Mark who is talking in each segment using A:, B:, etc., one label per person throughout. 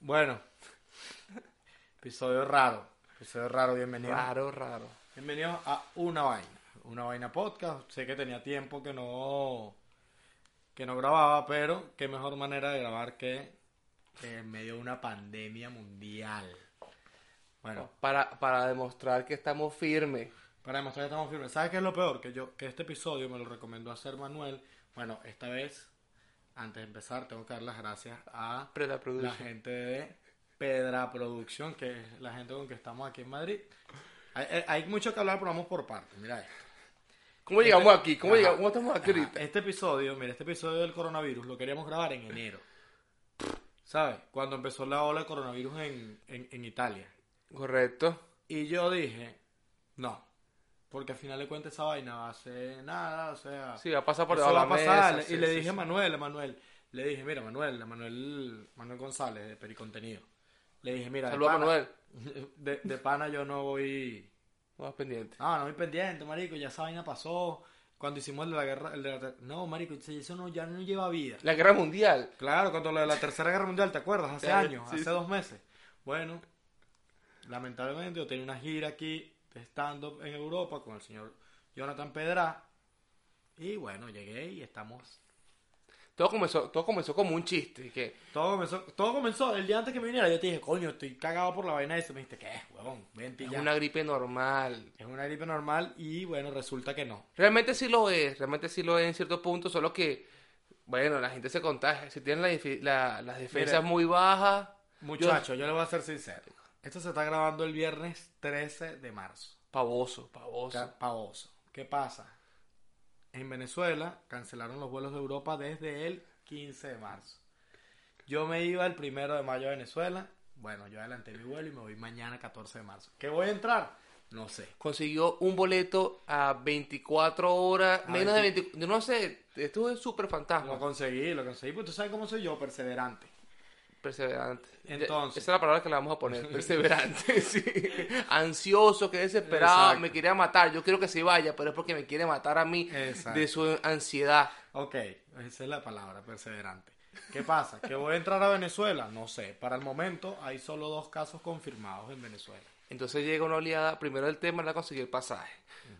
A: Bueno, episodio raro. Episodio raro, bienvenido.
B: Raro, raro.
A: Bienvenidos a Una Vaina. Una Vaina Podcast. Sé que tenía tiempo que no que no grababa, pero qué mejor manera de grabar que en medio de una pandemia mundial.
B: Oh.
A: Bueno,
B: Para, para demostrar que estamos firmes.
A: para demostrar que estamos firmes. ¿Sabes qué es lo peor? Que yo que este episodio me lo recomendó hacer Manuel. Bueno, esta vez antes de empezar tengo que dar las gracias a
B: Pero la
A: la
B: producción.
A: gente de Pedra Producción, que es la gente con que estamos aquí en Madrid. Hay, hay- hay mucho que hablar, pero vamos por partes. Mira esto.
B: ¿Cómo llegamos aquí? ¿Cómo,
A: Ajá.
B: llegamos? ¿Cómo estamos aquí
A: Ajá,
B: ahorita?
A: Este episodio, mira, este episodio del coronavirus lo queríamos grabar en enero. ¿Sabes? Cuando empezó la ola de coronavirus en, en- en Italia.
B: Correcto.
A: Y yo dije, no. Porque al final de cuentas esa vaina va a ser nada, o sea...
B: Sí, va a pasar por
A: Eso
B: debajo de
A: va
B: la
A: a pasar.
B: mesa. sí,
A: y le
B: sí,
A: dije a
B: sí.
A: Manuel, a Manuel, le dije, mira, Manuel, a Manuel, Manuel González de Pericontenido. Le dije, mira, de
B: Saludos a
A: pana-
B: Manuel.
A: De, de pana yo no voy.
B: No vas pendiente.
A: No, no voy pendiente, marico, ya esa vaina pasó. Cuando hicimos el de la guerra. el de la- no, marico, eso no, ya no lleva vida.
B: La guerra mundial.
A: Claro, cuando lo de la Tercera Guerra Mundial, ¿te acuerdas? Hace
B: Sí,
A: años,
B: sí,
A: hace
B: sí.
A: dos meses. Bueno, lamentablemente yo tenía una gira aquí de stand-up en Europa con el señor Jonathan Pedra. Y bueno, llegué y estamos
B: Todo comenzó, todo comenzó como un chiste. Que,
A: Todo comenzó, todo comenzó el día antes que me viniera. Yo te dije, coño, estoy cagado por la vaina esa. Me dijiste, ¿qué es, huevón? Vente y
B: es
A: ya.
B: una gripe normal.
A: Es una gripe normal y bueno, resulta que no.
B: Realmente sí lo es, realmente sí lo es en cierto punto, solo que, bueno, la gente se contagia. Si tienen la difi- la- las defensas muy bajas,
A: Muchachos, yo, le voy a ser sincero. Esto se está grabando el viernes 13 de marzo.
B: pavoso, pavoso.
A: Ca- Pavoso. ¿Qué pasa? En Venezuela cancelaron los vuelos de Europa desde el 15 de marzo. Yo me iba el primero de mayo a Venezuela. Bueno, yo adelanté mi vuelo y me voy mañana 14 de marzo. ¿Qué voy a entrar? No sé.
B: consiguió un boleto a 24 horas,
A: A
B: menos de 20, no sé, esto es súper
A: Lo
B: fantasma,
A: conseguí, lo conseguí, pues tú sabes cómo soy yo, perseverante.
B: perseverante.
A: Entonces.
B: Esa es la palabra que le vamos a poner, perseverante, sí. Ansioso, que desesperado,
A: Exacto.
B: me quería matar, yo quiero que se vaya, pero es porque me quiere matar a mí
A: Exacto.
B: de su ansiedad.
A: Ok, esa es la palabra, perseverante. ¿Qué pasa? ¿Que voy a entrar a Venezuela? No sé. Para el momento hay solo dos casos confirmados en Venezuela.
B: Entonces llega una oleada, primero el tema era conseguir el pasaje.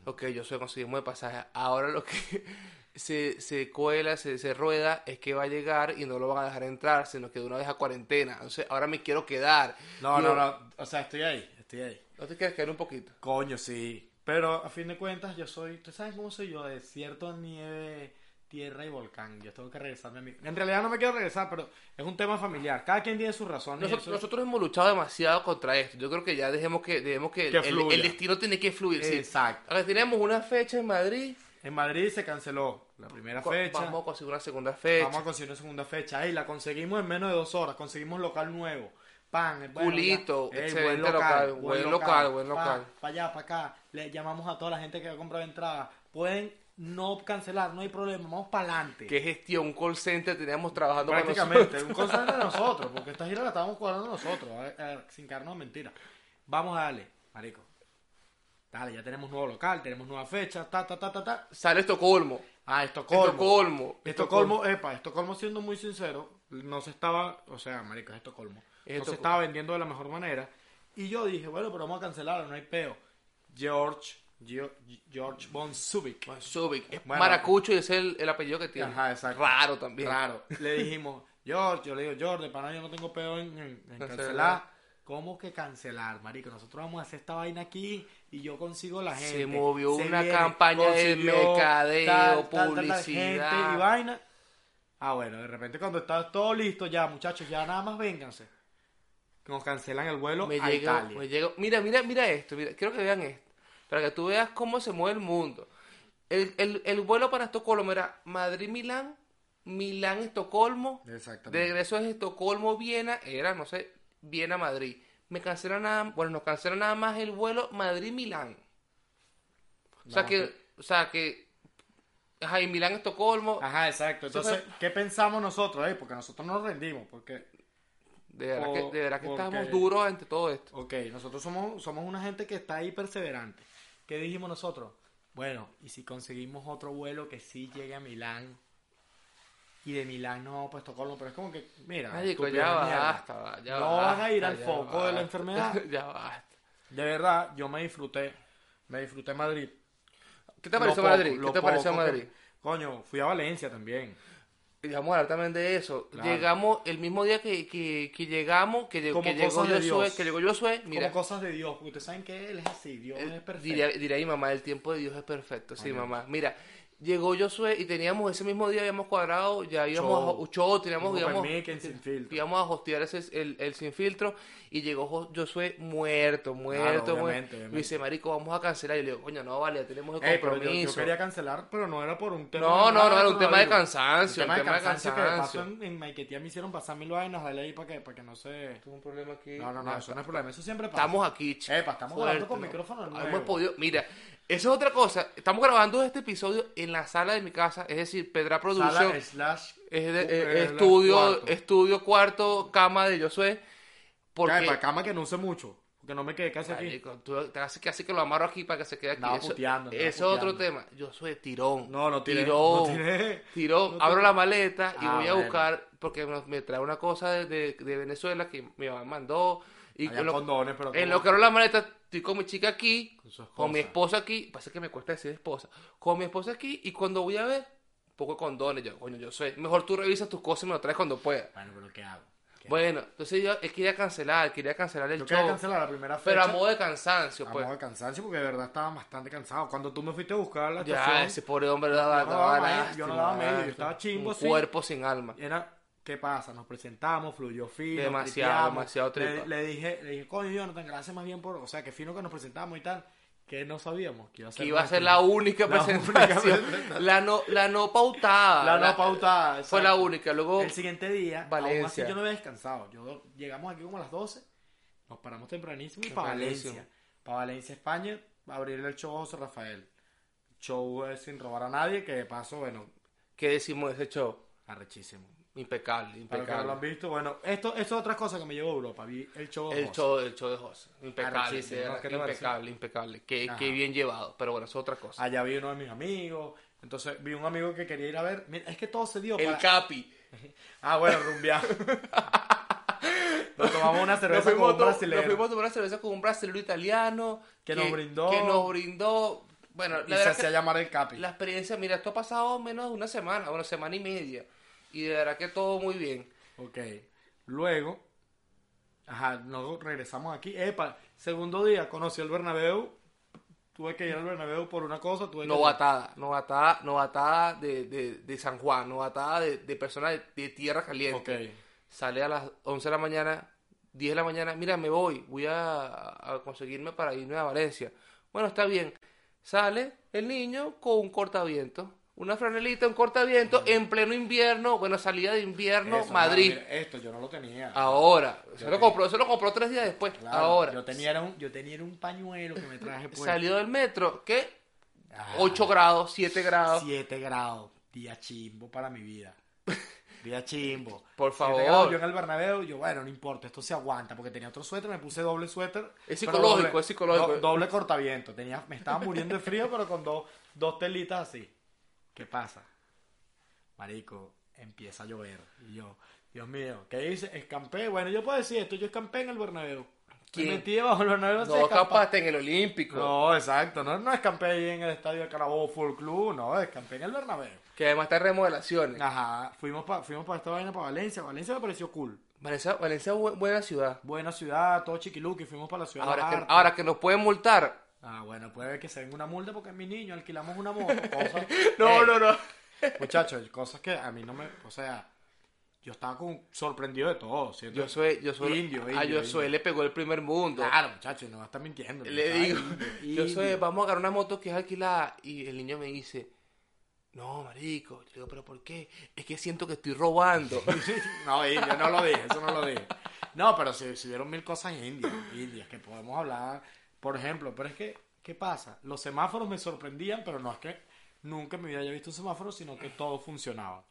B: Ok, yo sé, conseguimos el pasaje. Ahora lo que se, se cuela, se, se rueda, es que va a llegar y no lo van a dejar entrar, sino que de una vez a cuarentena. Entonces ahora me quiero quedar.
A: No, no,
B: Yo-
A: no. O sea, estoy ahí, estoy ahí.
B: ¿No te quieres quedar un poquito?
A: Coño, sí. Pero a fin de cuentas, yo soy. ¿Ustedes saben cómo soy yo? Desierto, nieve, tierra y volcán. Yo tengo que regresarme a mí. En realidad no me quiero regresar, pero es un tema familiar. Cada quien tiene sus razones. y
B: Nosotros,
A: eso-
B: nosotros hemos luchado demasiado contra esto. Yo creo que ya dejemos que, dejemos que,
A: Que
B: el- el,
A: fluya.
B: destino tiene que fluir. sí.
A: Exacto.
B: Ahora tenemos una fecha en Madrid.
A: En Madrid se canceló la primera
B: co-
A: fecha.
B: Vamos a conseguir una segunda fecha.
A: Vamos a conseguir una segunda fecha. Ey, la conseguimos en menos de dos horas. Conseguimos local nuevo. Pan, eh, bueno,
B: Culito,
A: ya. Ey,
B: excelente local, buen local, buen local.
A: Para allá, para acá. Le llamamos a toda la gente que ha comprado entradas. Pueden no cancelar, no hay problema. Vamos para adelante.
B: ¿Qué gestión? Un call center teníamos trabajando para nosotros.
A: Prácticamente, un constante de nosotros, porque esta gira la estábamos cuadrando nosotros, a ver, a ver, sin carnos mentira. Vamos a darle, marico. Dale, ya tenemos nuevo local, tenemos nueva fecha, ta, ta, ta, ta, ta.
B: Sale Estocolmo.
A: Ah, Estocolmo.
B: Estocolmo.
A: Estocolmo, epa, Estocolmo siendo muy sincero, no se estaba, o sea, marico, es Estocolmo, no se
B: Estocolmo.
A: estaba vendiendo de la mejor manera. Y yo dije, bueno, pero vamos a cancelarlo, no hay peo. George, Gio- George von Subic.
B: Subic. Es
A: Bueno.
B: maracucho y ese es el, el apellido que tiene.
A: Ajá, exacto.
B: Raro también.
A: Claro, le dijimos, George, yo le digo, George, de pana yo no tengo pedo en, en- en
B: Cancelar.
A: cancelar. ¿Cómo que cancelar, marico? Nosotros vamos a hacer esta vaina aquí y yo consigo la
B: Se
A: gente.
B: movió una
A: viene,
B: campaña de
A: consiguió
B: mercadeo,
A: gente
B: publicidad.
A: y vaina. Ah, bueno, de repente cuando está todo listo ya, muchachos, ya nada más vénganse. Nos cancelan el vuelo
B: Me
A: a
B: llega,
A: Italia.
B: me llega- Mira, mira, mira esto. Mira, quiero que vean esto. Para que tú veas cómo se mueve el mundo. El, el- el vuelo para Estocolmo era Madrid-Milán, Milán-Estocolmo. De
A: Exactamente.
B: regreso es Estocolmo-Viena. Era, no sé, Viena-Madrid. Me cancelan nada, bueno, nos cancelan nada más el vuelo Madrid-Milán. O sea
A: Vamos,
B: que, o sea que, ajá, y Milán-Estocolmo,
A: Ajá, exacto.
B: Eso
A: Entonces, ¿qué pensamos nosotros? eh? Porque nosotros nos rendimos, porque
B: de verdad que,
A: Por-
B: de verdad que
A: porque-
B: estábamos duros ante todo esto.
A: Ok, nosotros somos, somos una gente que está ahí perseverante. ¿Qué dijimos nosotros? Bueno, y si conseguimos otro vuelo que sí llegue a Milán Y de Milán, no, pues Estocolmo, pero es como que, mira.
B: Marico,
A: estúpido
B: ya
A: de mierda.
B: basta, va, ya
A: No van a ir
B: basta,
A: al
B: ya
A: foco de la
B: basta.
A: enfermedad.
B: ya basta.
A: De verdad, yo me disfruté, me disfruté Madrid.
B: ¿Qué te
A: Lo
B: pareció
A: poco,
B: Madrid? ¿Qué
A: lo
B: te pareció
A: poco que-
B: Madrid?
A: Coño, fui a Valencia también.
B: Y vamos a hablar también de eso.
A: Claro.
B: Llegamos el mismo día que, que, que llegamos, que, llegó
A: Como
B: que llegó
A: cosas de
B: Josué,
A: Dios.
B: que llegó Josué, mira,
A: Como cosas de Dios, porque ustedes saben que Él es así, Dios es perfecto.
B: Eh, diría, diría mi mamá, el tiempo de Dios es perfecto. Sí,
A: Coño.
B: mamá, mira, llegó Josué y teníamos ese mismo día, habíamos cuadrado, ya íbamos
A: Show.
B: a un show, teníamos,
A: Como
B: íbamos,
A: Permiquen, sin filtro.
B: íbamos a hostear ese, el, el sin filtro y llegó Jo- Josué muerto,
A: obviamente,
B: muerto, muerto.
A: obviamente.
B: Me dice, marico, vamos a cancelar. Y le digo, coño, no, vale, ya tenemos el
A: Ey, pero yo- yo,
B: compromiso.
A: quería cancelar, pero no era por un tema.
B: No, no, no, era un
A: coronavirus.
B: tema de
A: Un
B: cansancio,
A: tema de cansancio que de paso
B: cansancio.
A: en, en Maiquetía me hicieron pasar mil vainas, dale ahí para que, para que no se...
B: Tuve un problema aquí.
A: No, no, no, eso no es problema, eso siempre pasa.
B: Estamos aquí, chico.
A: Epa, estamos grabando con
B: ¿no?
A: micrófono nuevo.
B: Hemos podido. Mira, eso es otra cosa. Estamos grabando este episodio en la sala de mi casa, es decir, Pedra Producción.
A: Sala slash...
B: es de-
A: eh,
B: eh,
A: slash
B: estudio,
A: cuarto.
B: estudio, cuarto, cama de Josué. Porque.
A: Cae para cama que no use mucho, porque no me quedé casi aquí.
B: Marico, tú- casi, casi que lo amarro aquí para que se quede aquí.
A: Andaba
B: eso
A: puteando, andaba
B: eso es otro
A: puteando.
B: tema. Josué, tirón.
A: No, no tiré,
B: Tirón.
A: no tiré.
B: Tirón.
A: No
B: Abro
A: tiré.
B: la maleta y
A: Ah,
B: voy a
A: bueno.
B: buscar, porque me, me trae una cosa de, de- de Venezuela que mi mamá mandó. Y
A: Había
B: lo-
A: condones, pero...
B: En
A: como-
B: lo que abro la maleta, estoy con mi chica aquí,
A: Con su
B: con mi
A: esposa.
B: esposa aquí, pasa que me cuesta decir esposa, con mi esposa aquí, y cuando voy a ver, un poco de condones, yo, coño, yo sé, mejor tú revisas tus cosas y me lo traes cuando puedas.
A: Bueno, pero ¿qué hago? ¿Qué
B: Bueno, entonces yo él quería cancelar, quería cancelar el
A: Yo
B: show,
A: quería cancelar la primera fecha.
B: pero a modo de cansancio,
A: a
B: pues.
A: modo de cansancio, porque de verdad estaba bastante cansado. Cuando tú me fuiste a buscar a la
B: Ya,
A: estación,
B: ese pobre hombre daba,
A: no daba
B: daba
A: medio,
B: lástima,
A: yo no daba medio, yo
B: lástima.
A: estaba chimbo,
B: Un
A: sí.
B: cuerpo sin alma.
A: era ¿qué pasa? Nos presentamos, fluyó fino,
B: Demasiado,
A: tripeamos.
B: demasiado tripa.
A: Le, le dije, le dije, coño, Jonathan, gracias más bien por, o sea, que fino que nos presentamos y tal, que no sabíamos que iba a ser
B: Que iba a ser
A: nuestra.
B: la única
A: La única
B: presentación,
A: presentación.
B: la no, la no pautada.
A: la, no pautada. exacto.
B: Fue la única, luego...
A: El siguiente día, Valencia.
B: Valencia.
A: aún así yo no había descansado. Yo llegamos aquí como a las 12, nos paramos tempranísimo y para
B: Tempranísimo.
A: Valencia. Para Valencia, España, a abrirle el show a José Rafael. Show eh, sin robar a nadie, que de paso, bueno,
B: ¿Qué decimos de ese show?
A: arrechísimo.
B: Impecable,
A: Para los que no lo han
B: impecable.
A: visto, bueno, esto, esto es otra cosa que me llevó a Europa. Vi el show de
B: El
A: José.
B: show, el show de José. Impecable,
A: Arrechísimo,
B: de
A: ¿no?
B: verdad,
A: ¿Qué te pareció?
B: impecable, impecable. Qué,
A: Ajá.
B: qué bien llevado. Pero bueno, eso es otra cosa.
A: Allá vi uno de mis amigos. Entonces vi un amigo que quería ir a ver. Mira, es que todo se dio.
B: el
A: para-
B: Capi.
A: Ah, bueno, rumbeamos. nos tomamos una
B: Nos
A: cerveza con
B: fuimos,
A: un
B: to- nos
A: brasileño.
B: fuimos a tomar una cerveza con un brasileño italiano.
A: Que nos brindó.
B: Que nos brindó. Bueno,
A: Y
B: la
A: se
B: verdad
A: hacía
B: que
A: llamar el Capi.
B: la experiencia, mira, esto ha pasado menos de una semana, una semana y media. Y de verdad que todo muy bien.
A: Ok. Luego, ajá, nos regresamos aquí. Epa, segundo día, conocí el Bernabéu. Tuve que ir al Bernabéu por una cosa. Tuve que-
B: Novatada, novatada, novatada de, de, de San Juan, novatada de, de personas de, de tierra caliente.
A: Ok.
B: Sale a las 11 de la mañana, 10 de la mañana, mira, me voy, voy a, a conseguirme para irme a Valencia. Bueno, está bien. Sale el niño con un cortaviento, una franelita, un cortaviento, en pleno invierno, bueno, salida de invierno,
A: Eso,
B: Madrid.
A: mira, esto yo no lo tenía.
B: Ahora, se
A: Yo
B: lo
A: te-
B: compró, se lo compró tres días después.
A: Claro,
B: Ahora,
A: Yo tenía, era un, yo tenía era un pañuelo que me traje pues. puesto.
B: salió del metro, ¿qué?
A: Ah.
B: 8 grados, 7 grados.
A: 7 grados. Día chimbo para mi vida. Día chimbo.
B: Por
A: Siete
B: favor.
A: grados, Yo en el Bernabéu, yo, bueno, no importa, esto se aguanta, porque tenía otro suéter, me puse doble suéter.
B: Es
A: pero
B: psicológico, es psicológico.
A: do- doble cortaviento. Tenía, me estaba muriendo de frío, pero con dos dos telitas así. ¿Qué pasa? Marico, empieza a llover. Y yo, Dios mío, ¿qué hice? Escampé. Bueno, yo puedo decir esto, yo escampé en el Bernabéu. Me
B: ¿Quién?
A: metí debajo del Bernabéu así,
B: No
A: escampado.
B: escapaste en el Olímpico.
A: No, exacto, no, no escampé ahí en el estadio de Carabobo Full Club, no, escampé en el Bernabéu.
B: Que además está en remodelaciones.
A: Ajá, fuimos para fuimos pa esta vaina, para Valencia, Valencia me pareció cool.
B: Valencia, Valencia es bu- buena ciudad.
A: Buena ciudad, todo chiquiluqui, fuimos para la ciudad. de
B: Ahora
A: las
B: que,
A: artes.
B: ahora que nos pueden multar.
A: Ah, bueno, puede que se den una multa porque mi niño alquilamos una moto, cosas.
B: No,
A: Eh,
B: no, no.
A: Muchachos, cosas que a mí no me, o sea, yo estaba con, sorprendido de todo, ¿cierto?
B: Yo soy, yo soy.
A: Indio,
B: a
A: indio,
B: Josué
A: indio.
B: le pegó el primer mundo.
A: Claro, muchachos, no va a estar mintiendo.
B: Le
A: Ay,
B: digo,
A: indio,
B: yo soy,
A: indio.
B: vamos a agarrar una moto que es alquilada. Y el niño me dice, no, marico. Yo le digo, pero ¿por qué? Es que siento que estoy robando.
A: No, indio, no lo dije, eso no lo dije. No, pero si, si vieron mil cosas indias, indias, que podemos hablar, por ejemplo, pero es que, ¿qué pasa? Los semáforos me sorprendían, pero no es que nunca en mi vida haya visto un semáforo, sino que todo funcionaba.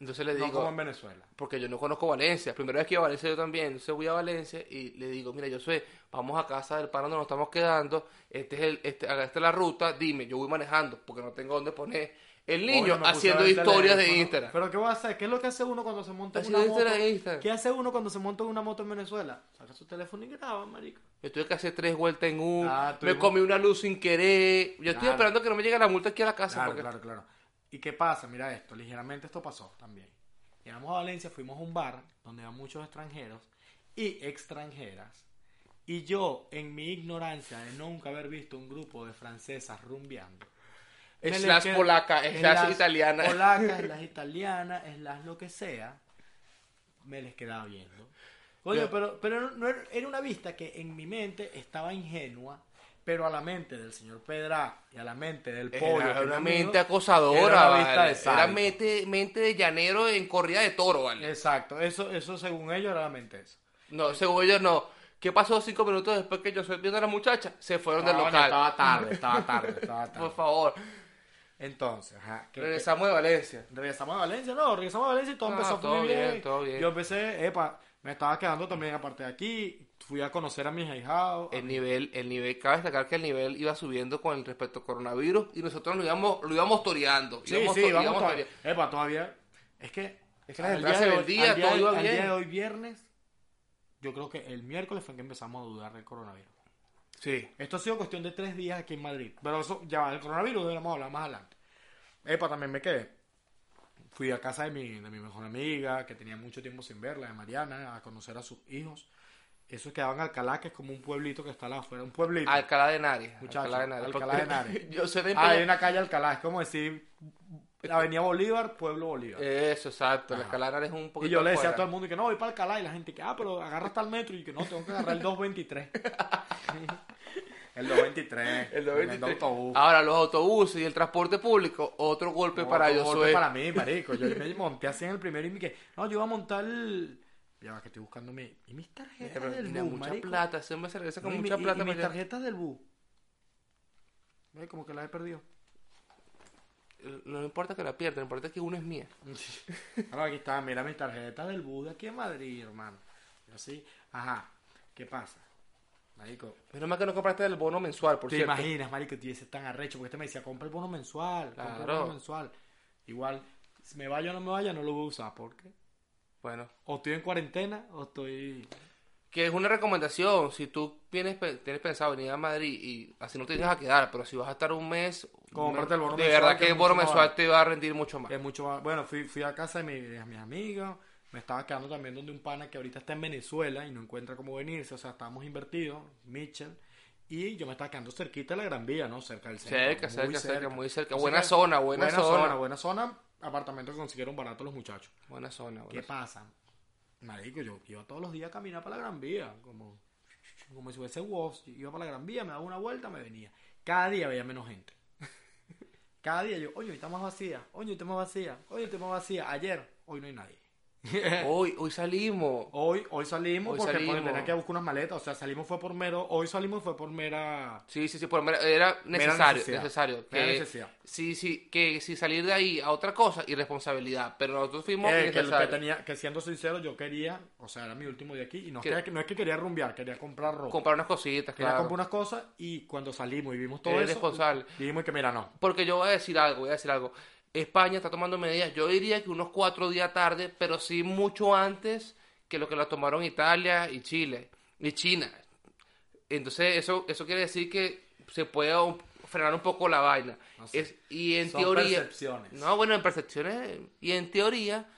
B: Entonces le
A: No como
B: digo,
A: en Venezuela.
B: porque yo no conozco Valencia. Primera vez que iba a Valencia yo también. Entonces voy a Valencia y le digo, mira, yo soy, vamos a casa del pana donde nos estamos quedando. Este es el, este, acá está la ruta, dime, yo voy manejando, porque no tengo dónde poner. El niño
A: Coño, me puse a
B: haciendo
A: ver el
B: historias de
A: teléfono.
B: Instagram.
A: Pero ¿qué va a hacer? ¿Qué es lo que hace uno cuando se monta en
B: Haciendo
A: una moto?
B: historias de Instagram.
A: ¿Qué hace uno cuando se monta en una moto en Venezuela? Saca su teléfono y graba, marico.
B: Yo tuve que hacer tres vueltas en un.
A: Ah,
B: me
A: tuvimos-
B: comí una luz sin querer. Yo estoy
A: Claro.
B: esperando que no me llegue la multa aquí a la casa.
A: Claro,
B: porque-
A: claro, claro. ¿Y qué pasa? Mira esto, ligeramente esto pasó también. Llegamos a Valencia, fuimos a un bar donde había muchos extranjeros y extranjeras. Y yo, en mi ignorancia de nunca haber visto un grupo de francesas rumbeando. me le
B: Slash
A: quedé-
B: polaca, slash italiana.
A: Polaca, slash italiana, slash lo que sea. Me les quedaba viendo. Oye,
B: Pero-
A: pero, pero no- no era- era una vista que en mi mente estaba ingenua, pero a la mente del señor Pedra y a la mente del
B: Era
A: pollo. que era
B: una
A: mi amigo,
B: mente acosadora,
A: era una vista
B: vale.
A: de
B: Era
A: sádico.
B: mente, mente de llanero en corrida de toro, ¿vale?
A: Exacto, eso, eso según ellos era la mente eso.
B: No, según ellos no. ¿Qué pasó cinco minutos después que yo soy viendo a la muchacha? Se fueron del
A: Estaba-
B: local.
A: Estaba tarde, estaba tarde, estaba tarde.
B: Por favor,
A: Entonces, ajá, que-
B: regresamos de Valencia.
A: regresamos a Valencia, no, regresamos a Valencia y todo
B: No,
A: empezó
B: Ah, todo
A: muy
B: bien, todo bien.
A: Yo empecé, epa, me estaba quedando también aparte de aquí, fui a conocer a mis ahijados.
B: El nivel, el nivel, cabe destacar que el nivel iba subiendo con el respecto al coronavirus y nosotros lo íbamos, lo íbamos toreando.
A: Sí,
B: íbamos
A: sí,
B: to-
A: vamos
B: íbamos
A: todavía.
B: toreando.
A: Epa, todavía. Es que.
B: Es que las
A: al
B: entradas
A: día
B: se
A: de hoy-
B: vendían,
A: al día
B: todo
A: de-
B: iba
A: al
B: bien.
A: día de hoy, viernes, yo creo que el miércoles fue que empezamos a dudar del coronavirus.
B: Sí.
A: Esto ha sido cuestión de tres días aquí en Madrid. Pero eso, ya va, el coronavirus lo vamos a hablar más adelante. Epa, también me quedé. Fui a casa de mi, de mi mejor amiga, que tenía mucho tiempo sin verla, de Mariana, a conocer a sus hijos. Esos quedaban en Alcalá, que es como un pueblito que está allá afuera. Un pueblito.
B: Alcalá de Henares.
A: Muchacho,
B: Alcalá de Henares.
A: Alcalá de
B: porque-
A: Henares.
B: yo soy de
A: ah, hay una calle Alcalá, es como decir la Avenida Bolívar, Pueblo Bolívar.
B: Eso, exacto. La
A: Ajá.
B: Alcalá de Henares es un Eh, poquito
A: Y yo le decía a
B: afuera.
A: todo el mundo que no, voy para Alcalá. Y la gente que, ah, pero agarra hasta el metro. Y que no, tengo que agarrar el 223. el 223.
B: El
A: tremendo
B: Ah, 93.
A: autobús.
B: Ahora, los autobuses y el transporte público, otro golpe
A: No,
B: para
A: otro
B: yo
A: golpe
B: soy.
A: para mí, marico. Yo me monté así en el primero y me dije, no, yo iba a montar el... Ya va, que estoy buscando mi... ¿Y mis tarjetas
B: Pero
A: del
B: tiene
A: bus,
B: mucha
A: marico?
B: plata, ese hombre se regresa
A: No,
B: con
A: y mi-
B: mucha
A: y- y
B: plata. pues,
A: mis
B: marico.
A: tarjetas del bus. Ve, como que las he perdido.
B: No importa que la pierda, lo importante es que una es mía.
A: Ahora aquí está, mira mis tarjetas del bus de aquí en Madrid, hermano. Yo así, ajá, ¿qué pasa? Marico,
B: Menos mal que no compraste el bono mensual, por
A: ¿Te
B: cierto.
A: imaginas, marico, que ese tan arrecho? Porque este me decía, compra el bono mensual, compra el
B: Claro.
A: bono mensual. Igual, si me vaya o no me vaya, no lo voy a usar, porque
B: Bueno,
A: o estoy en cuarentena o estoy...
B: que es una recomendación. Si tú vienes, pe- tienes pensado venir a Madrid y así no te tienes a quedar, pero si vas a estar un mes,
A: Cómprate el bono
B: de
A: mensual,
B: verdad
A: que
B: que
A: es
B: el bono
A: mucho más
B: mensual
A: barato.
B: te va a rendir mucho más.
A: que es mucho más- Bueno, fui, fui a casa de, mi- de mis amigos, me estaba quedando también donde un pana que ahorita está en Venezuela y no encuentra cómo venirse, o sea, estábamos invertidos, Mitchell, y yo me estaba quedando cerquita de la Gran Vía, ¿no? Cerca del centro.
B: Cerca,
A: muy
B: cerca, cerca, muy cerca.
A: Así
B: Buena
A: que,
B: zona, buena zona.
A: Buena zona, apartamento que consiguieron barato los muchachos.
B: Buena zona, buena
A: ¿Qué
B: zona.
A: pasa? Marico, yo iba todos los días a caminar para la Gran Vía, como, como si fuese Wolves. Iba para la Gran Vía, me daba una vuelta, me venía. Cada día veía menos gente. Cada día yo, oye, hoy está más vacía, oye, hoy está más vacía, oye, hoy está más vacía. Ayer, hoy no hay nadie.
B: Hoy, hoy salimos.
A: Hoy, hoy salimos
B: Hoy
A: porque
B: salimos.
A: por tener que buscar unas maletas, o sea, salimos fue por mero, hoy salimos fue por mera...
B: Sí, sí, sí, por, mera- era necesario,
A: necesidad.
B: necesario.
A: Mera
B: que-
A: necesidad.
B: Sí, sí, que si salir de ahí a otra cosa, irresponsabilidad. Pero nosotros fuimos
A: Eh, que, que
B: necesarios.
A: tenía, que siendo sincero, yo quería, o sea, era mi último día aquí, y no,
B: ¿Qué?
A: es que- no es que quería rumbear, quería comprar ropa.
B: comprar unas cositas,
A: Quería
B: claro.
A: comprar unas cosas y cuando salimos y vimos todo
B: Eres
A: eso,
B: responsable.
A: dijimos que mira, no.
B: Porque yo voy a decir algo, voy a decir algo. España está tomando medidas, yo diría que unos cuatro días tarde, pero sí mucho antes que lo que la tomaron Italia y Chile y China. Entonces eso eso quiere decir que se puede un- frenar un poco la vaina.
A: No sé.
B: Es- y en
A: Son
B: teoría,
A: percepciones.
B: no bueno en percepciones y en teoría,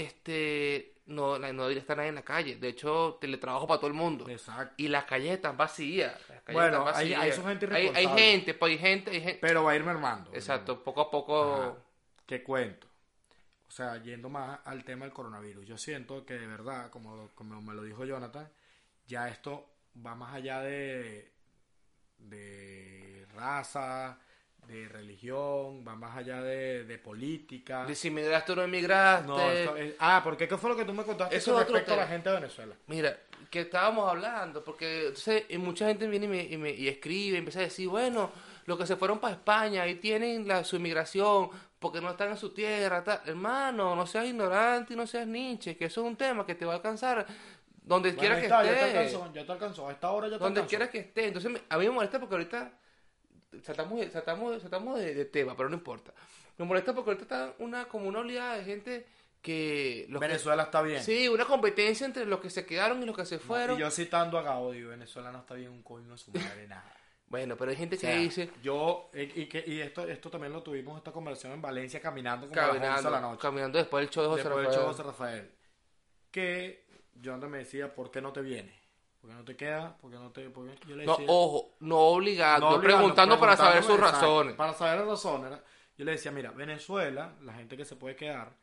B: este no la- no debería estar nadie en la calle. De hecho teletrabajo para todo el mundo.
A: Exacto.
B: Y las calles están vacías. las calles
A: Bueno,
B: están
A: hay- hay
B: vacías.
A: su gente
B: hay, hay
A: irresponsable.
B: gente, pues hay gente, hay gente.
A: Pero va a ir mermando.
B: Exacto, poco a poco.
A: Ajá. ¿Qué cuento? O sea, yendo más al tema del coronavirus. Yo siento que de verdad, como, lo- como me lo dijo Jonathan, ya esto va más allá de, de raza, de religión, va más allá de, de política.
B: De si migraste o no emigraste.
A: No, esto es- ah, porque ¿qué fue lo que tú me contaste
B: Eso
A: con
B: es otro
A: respecto a la
B: tema.
A: gente de Venezuela?
B: Mira, que estábamos hablando, porque entonces y mucha gente viene y me, y me- y escribe, y empieza a decir, bueno, los que se fueron para España, ahí tienen la, su inmigración, porque no están en su tierra, tal. Hermano, no seas ignorante y no seas ninche, que eso es un tema que te va a alcanzar donde
A: Bueno,
B: quiera
A: ahí
B: que
A: está,
B: estés.
A: ya te alcanzó, ya te alcanzó. A esta hora ya te
B: donde
A: alcanzó.
B: quiera que esté. Entonces me- a mí me molesta porque ahorita saltamos, de- saltamos, saltamos de, de tema, pero no importa. Me molesta porque ahorita está una, como una oleada de gente que... los que-
A: Venezuela está bien.
B: sí, una competencia entre los que se quedaron y los que se fueron.
A: Y yo citando a Gaudi, Venezuela no está bien un coño de su madre, nada.
B: Bueno, pero hay gente que
A: O sea,
B: dice...
A: Yo, eh, y, y que- y esto, esto también lo tuvimos, esta conversación en Valencia, caminando como a las 11 de la
B: Caminando,
A: noche.
B: caminando después del show de José
A: después del
B: Rafael.
A: show de José Rafael. Que yo antes me decía, ¿por qué no te vienes? ¿Por qué no te quedas? ¿Por qué no te.? por qué-?" Yo le
B: No,
A: decía,
B: ojo, no obligado,
A: no
B: yo
A: obligando,
B: preguntando para saber sus
A: exacto,
B: razones.
A: Para saber las razones. ¿verdad? Yo le decía, mira, Venezuela, la gente que se puede quedar,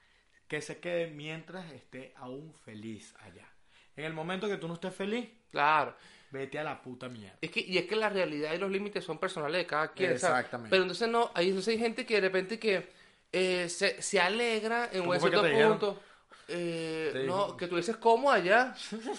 A: que se quede mientras esté aún feliz allá. En el momento que tú no estés feliz,
B: Claro.
A: vete a la puta mierda.
B: Es que, y es que la realidad y los límites son personales de cada quien. ¿sabes?
A: Exactamente.
B: Pero entonces no, hay, entonces hay gente que de repente que eh, se, se alegra en
A: ¿Cómo
B: un
A: fue que
B: cierto
A: te dijeron?
B: punto. Eh,
A: Te
B: no,
A: dijo-
B: que tú dices cómo allá.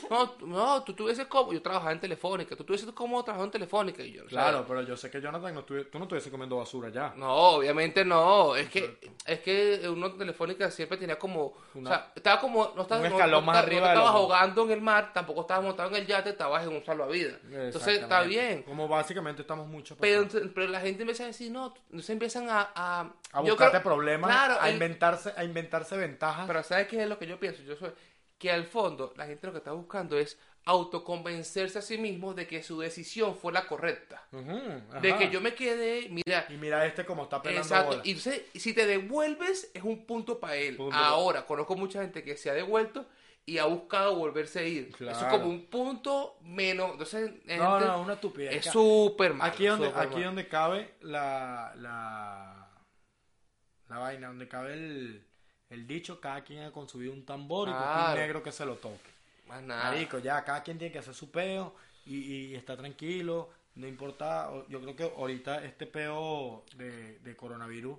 B: No, tú- no, tú tuvieses cómo. Yo trabajaba en Telefónica. Tú tuvieses cómo trabajaba en Telefónica. Y yo, o sea,
A: Claro, pero yo sé que Jonathan, no estuvi- tú no estuviese comiendo basura allá.
B: No, obviamente no. Es que, es que uno en Telefónica siempre tenía como.
A: Una-
B: o sea, estaba como. No estaba,
A: un
B: no- no
A: escalón más
B: estaba- no
A: arriba del
B: estabas
A: otro.
B: ahogando en el mar, tampoco estabas montado en el yate, estabas en un salvavidas. Entonces está
A: Exactamente.
B: bien.
A: Como básicamente estamos muchos.
B: Pero,
A: personas.
B: ent- pero la gente empieza a decir, no, t- entonces empiezan a... A,
A: a
B: yo
A: buscarte
B: creo-
A: problemas,
B: Claro,
A: a,
B: el-
A: inventarse, a inventarse ventajas.
B: pero ¿sabes qué es lo que yo pienso? Yo soy que al fondo la gente lo que está buscando es autoconvencerse a sí mismo de que su decisión fue la correcta.
A: Ujú,
B: De
A: ajá.
B: que yo me quedé, mira,
A: Y mira este como está pelando
B: Exacto.
A: bola.
B: Y entonces, si te devuelves, es un punto para él.
A: Punto.
B: Ahora, conozco mucha gente que se ha devuelto y ha buscado volverse a ir. Eso es
A: Claro.
B: como un punto menos. Entonces,
A: No,
B: gente,
A: no, una estupidez.
B: es
A: Ca-
B: súper malo,
A: Aquí donde,
B: súper
A: aquí
B: malo.
A: donde cabe la, la, la vaina, donde cabe el, el dicho, cada quien ha consumido un tambor y busca un
B: Claro. Ah.
A: negro que se lo toque.
B: Más nada.
A: Marico, ya, cada quien tiene que hacer su peo y, y está tranquilo, no importa. o- Yo creo que ahorita este peo de, de coronavirus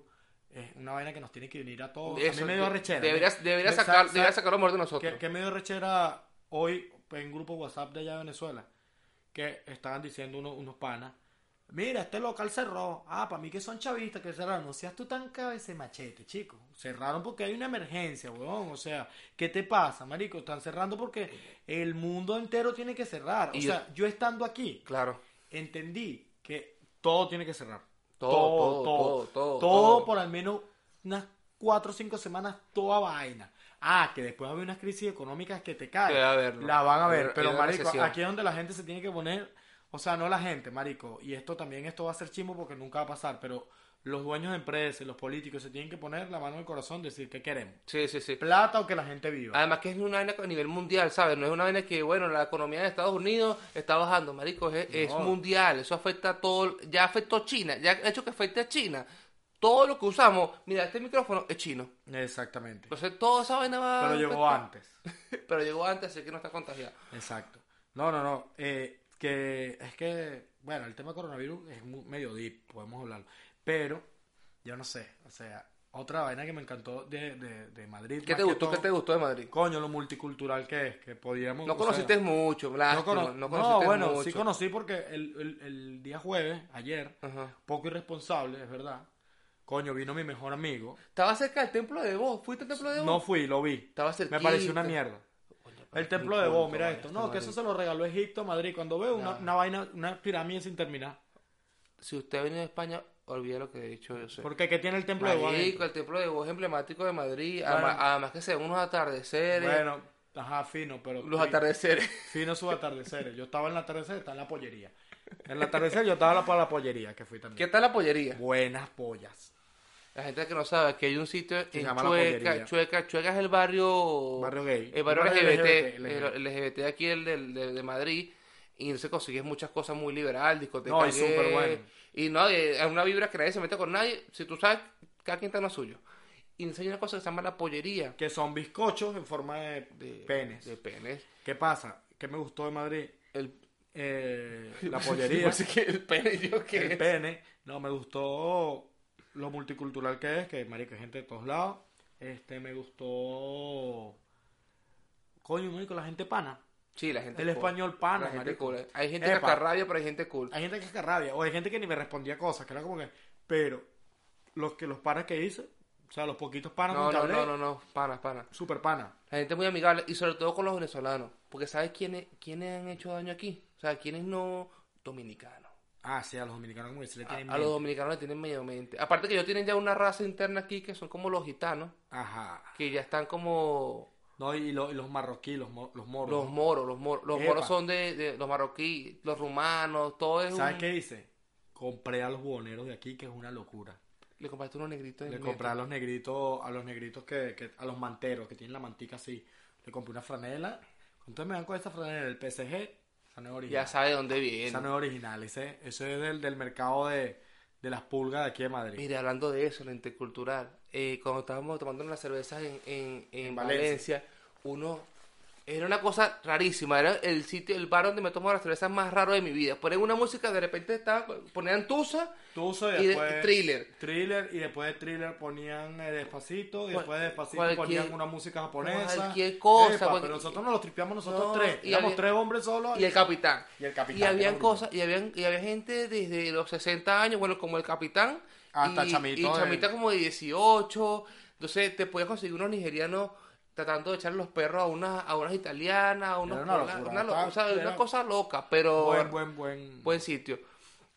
A: es una vaina que nos tiene que unir a todos.
B: Eso,
A: a mí me dio
B: de-
A: arrechera.
B: Deberías, deberías,
A: Me-
B: sacar,
A: sa-
B: deberías
A: sa-
B: sacar lo mejor de nosotros.
A: que, que me dio rechera hoy en grupo WhatsApp de allá de Venezuela. Que estaban diciendo uno- unos panas. Mira, este local cerró. Ah, para mí que son chavistas que cerraron. No seas tú tan cabeza de machete, chico. Cerraron porque hay una emergencia, weón. O sea, ¿qué te pasa, marico? Están cerrando porque el mundo entero tiene que cerrar. O
B: Y yo-
A: sea, yo estando aquí,
B: Claro.
A: entendí que todo tiene que cerrar.
B: Todo, todo, todo, todo, todo.
A: por al menos unas cuatro o cinco semanas, toda vaina. Ah, que después va a haber unas crisis económicas que te caen.
B: Que va a haber, ¿no?
A: La van a
B: Hay
A: ver. Pero,
B: una
A: marico,
B: recesión.
A: aquí es donde la gente se tiene que poner. O sea, no la gente, marico. Y esto también, esto va a ser chimbo porque nunca va a pasar. Pero los dueños de empresas, los políticos, se tienen que poner la mano en el corazón, decir qué queremos.
B: Sí, sí, sí.
A: Plata o que la gente viva.
B: Además que es una vaina a nivel mundial, ¿sabes? No es una vaina que, bueno, la economía de Estados Unidos está bajando, marico, es, es
A: No.
B: mundial, eso afecta a todo, ya afectó a China, ya el hecho que afecte a China, todo lo que usamos, mira, este micrófono es chino,
A: Exactamente.
B: entonces toda esa vaina va... a
A: Pero llegó
B: afectar.
A: antes.
B: Pero llegó antes, así que no está contagiado.
A: Exacto. No, no, no. eh, que es que, bueno, el tema coronavirus es mu- medio deep, podemos hablarlo. Pero, yo no sé. O sea, otra vaina que me encantó de, de, de Madrid. más
B: ¿Qué te
A: que
B: gustó?
A: todo,
B: ¿Qué te gustó de Madrid?
A: Coño, lo multicultural que es, que podíamos.
B: No
A: o
B: conociste
A: sea,
B: mucho,
A: no,
B: Blasco,
A: cono-
B: no,
A: no,
B: conociste
A: bueno,
B: mucho.
A: sí conocí porque el, el- el día jueves, ayer,
B: Ajá.
A: poco irresponsable, es verdad. Coño, vino mi mejor amigo.
B: Estaba cerca del templo de vos, ¿fuiste al templo de vos?
A: No fui, lo vi.
B: Estaba cerquita.
A: Me pareció una mierda.
B: Coño, pero
A: El
B: es un
A: templo de Bo,
B: punto,
A: mira
B: vale,
A: esto.
B: está
A: No, que eso
B: mal.
A: se lo regaló Egipto a Madrid. Cuando veo una,
B: No.
A: una vaina, una pirámide sin terminar.
B: Si usted ha venido a España, olvide lo que he dicho, yo sé.
A: Porque ¿qué tiene el templo de
B: Marico,
A: Bo? adentro?
B: el templo de Voz emblemático de Madrid.
A: Bueno.
B: Además, además que se ven unos atardeceres.
A: Bueno, ajá, fino, pero.
B: los
A: fi-
B: atardeceres.
A: Fino sus atardeceres. Yo estaba en la atardecer, está en la pollería. En la atardecer yo estaba para la pollería, que fui
B: ¿Qué
A: también.
B: tal la pollería?
A: Buenas pollas.
B: La gente que no sabe, que hay un sitio en
A: Se llama La
B: Chueca.
A: Pollería.
B: Chueca, Chueca es el barrio.
A: Barrio gay.
B: El Eh, barrio,
A: Barrio
B: LGBT.
A: LGBT,
B: El LGBT de aquí, el del- de, de Madrid. Y entonces consigues muchas cosas muy liberal, discotecas.
A: No, y súper
B: gay,
A: bueno.
B: Y no, eh, es una vibra que nadie se mete con nadie. Si tú sabes, cada quien está en lo suyo. Y entonces hay una cosa que se llama la pollería.
A: Que son bizcochos en forma de,
B: De,
A: penes.
B: De penes.
A: ¿Qué pasa? ¿Qué me gustó de Madrid?
B: El,
A: Eh, la pollería.
B: Así que el pene, yo qué.
A: el pene. No, me gustó lo multicultural que es, que marico, hay gente de todos lados. Este, me gustó. Coño, marico, la gente pana.
B: Sí, la gente
A: El
B: cool.
A: español pana,
B: La gente
A: marico.
B: cool. Hay gente que
A: Epa.
B: hasta rabia, pero hay gente cool.
A: Hay gente que es rabia, o hay gente que ni me respondía cosas, que era como que. Pero, los que los panas que hice, o sea, los poquitos panas
B: No,
A: con
B: no,
A: tablé,
B: no, no, no, panas, panas.
A: super pana.
B: La gente muy amigable y sobre todo con los venezolanos. Porque ¿sabes quiénes, quiénes han hecho daño aquí? O sea, ¿quiénes no? Dominicanos.
A: Ah, sí, a los dominicanos como que se le
B: A,
A: tienen
B: a los
A: miedo.
B: dominicanos le tienen medio mente. Aparte que ellos tienen ya una raza interna aquí que son como los gitanos,
A: Ajá.
B: que ya están como
A: No, y, lo- y los marroquíes, los, mo- los moros.
B: los moros, los moros, los
A: Epa.
B: moros son de, de los marroquíes, los rumanos, todo es
A: ¿Sabes
B: un-
A: qué hice? Compré a los buhoneros de aquí, que es una locura.
B: Le compraste unos negritos de
A: Le
B: mierda.
A: compré a los negritos, a los negritos que, que- a los manteros, que tienen la mantica así. Le compré una franela. Entonces me dan con esta franela del PSG. Esa no es original.
B: Ya sabe de dónde
A: Esa
B: viene.
A: no es original. Ese, ese es del, del mercado de, de las pulgas de aquí de Madrid.
B: Mire, hablando de eso, la intercultural, eh, cuando estábamos tomando unas cervezas en, en, en Valencia,
A: Valencia.
B: uno... Era una cosa rarísima, era el sitio, el bar donde me tomo las cervezas más raro de mi vida. Ponían una música, de repente estaba, ponían Tusa
A: Tuzo
B: y
A: y
B: de-
A: después.
B: Thriller.
A: Thriller, y después de Thriller ponían eh, Despacito, y
B: Cual-
A: después de Despacito
B: cualquier-
A: ponían una música japonesa.
B: cualquier cosa,
A: Epa,
B: cualquier-
A: Pero nosotros nos los tripeamos nosotros
B: No,
A: tres.
B: y
A: Éramos
B: había-
A: tres hombres solos.
B: y el capitán.
A: Y el capitán,
B: Y habían
A: que era un
B: cosas, y habían, y había gente desde los 60 años, bueno, como el capitán.
A: Hasta
B: y,
A: chamito
B: Y
A: de-
B: chamita como de 18. Entonces te podías conseguir unos nigerianos tratando de echar los perros a unas, a unas italianas, a unos
A: Era una
B: una,
A: locura,
B: una lo- o sea,
A: era-
B: una cosa loca, pero
A: Buen, buen, buen.
B: buen sitio.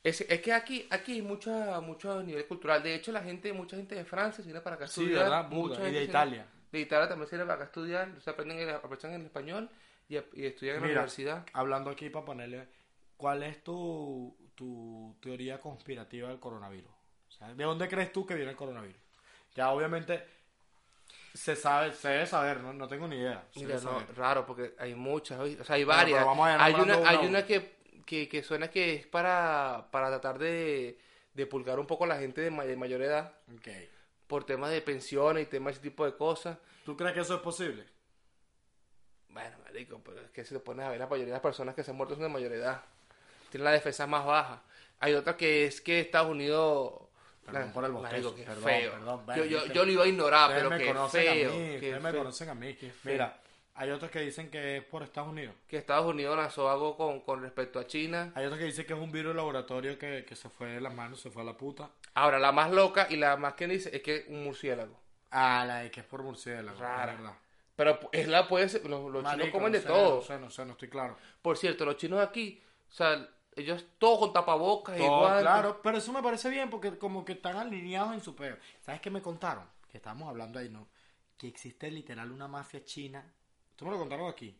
B: Es, es que aquí, aquí hay mucha, mucho nivel cultural. De hecho, la gente, mucha gente de Francia se viene para acá a
A: Sí,
B: estudiar.
A: ¿verdad? Burda.
B: mucha
A: Y
B: gente
A: de
B: se-
A: Italia.
B: De Italia también se viene para acá a estudiar. O sea, aprenden el, aprovechan el español y, y estudian en la
A: Mira,
B: universidad.
A: Hablando aquí para ponerle, ¿cuál es tu, tu teoría conspirativa del coronavirus? O sea, ¿de dónde crees tú que viene el coronavirus? Ya obviamente se sabe, se debe saber, no, no tengo ni idea. se
B: Mira,
A: debe
B: no,
A: saber.
B: raro, porque hay muchas, ¿oí? o sea, hay
A: Bueno,
B: varias.
A: pero vamos a ir
B: hay una,
A: nombrando una a
B: hay
A: una.
B: una que, que, que suena que es para, para tratar de, de pulgar un poco a la gente de, ma- de mayor edad
A: Ok.
B: por temas de pensiones y temas de ese tipo de cosas.
A: ¿Tú crees que eso es posible?
B: Bueno, marico, pero es que si te pones a ver, la mayoría de las personas que se han muerto son de mayor edad. Tienen la defensa más baja. Hay otra que es que Estados Unidos...
A: Perdón
B: Nah,
A: por el bostezo,
B: marico, qué
A: perdón,
B: feo.
A: perdón,
B: yo,
A: ven,
B: yo,
A: viste.
B: yo lo iba a ignorar,
A: ustedes
B: Ah, pero
A: me
B: qué
A: conocen
B: feo.
A: a mí,
B: qué
A: ustedes me
B: feo.
A: conocen a mí.
B: feo.
A: Mira, hay otros que dicen que es por Estados Unidos.
B: Que Estados Unidos lanzó algo con, con respecto a China.
A: Hay otros que dicen que es un virus de laboratorio que, que se fue de las manos, se fue a la puta.
B: Ahora, la más loca y la más que dice es que es un murciélago.
A: Ah, la de que es por murciélago,
B: Rara.
A: es verdad.
B: Pero pu- es la puede ser, los, los chinos
A: Marico,
B: comen
A: no
B: de
A: sé,
B: todo.
A: No sé, no sé, no estoy claro.
B: Por cierto, los chinos aquí, o sea, ellos todos con tapabocas
A: Todo
B: igual. pues.
A: claro, pero eso me parece bien porque como que están alineados en su peor. ¿Sabes qué me contaron? Que estábamos hablando ahí, ¿no? Que existe literal una mafia china. Esto me lo contaron aquí.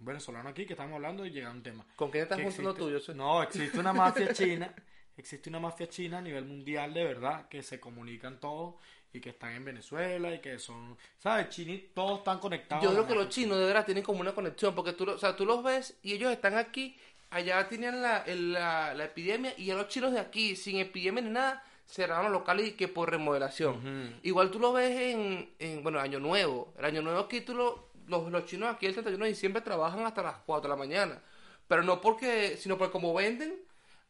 A: Un venezolano aquí que estábamos hablando y llega un tema.
B: ¿Con quién estás
A: Que
B: juntando
A: existe-
B: tú? Yo soy-
A: No, existe una mafia china. Existe una mafia china a nivel mundial de verdad que se comunican todos y que están en Venezuela y que son, ¿sabes? Chini, todos están conectados.
B: Yo
A: a la
B: creo que los
A: mafia
B: chinos de verdad tienen como una conexión, porque tú, lo- o sea, tú los ves y ellos están aquí, allá tenían la, el- la, la epidemia y a los chinos de aquí, sin epidemia ni nada, cerraron los locales y que por remodelación. Igual tú lo ves en, en, bueno, Año Nuevo. El Año Nuevo aquí tú lo- los, los chinos aquí el 31 de diciembre trabajan hasta las 4 de la mañana. Pero no porque, sino porque como venden,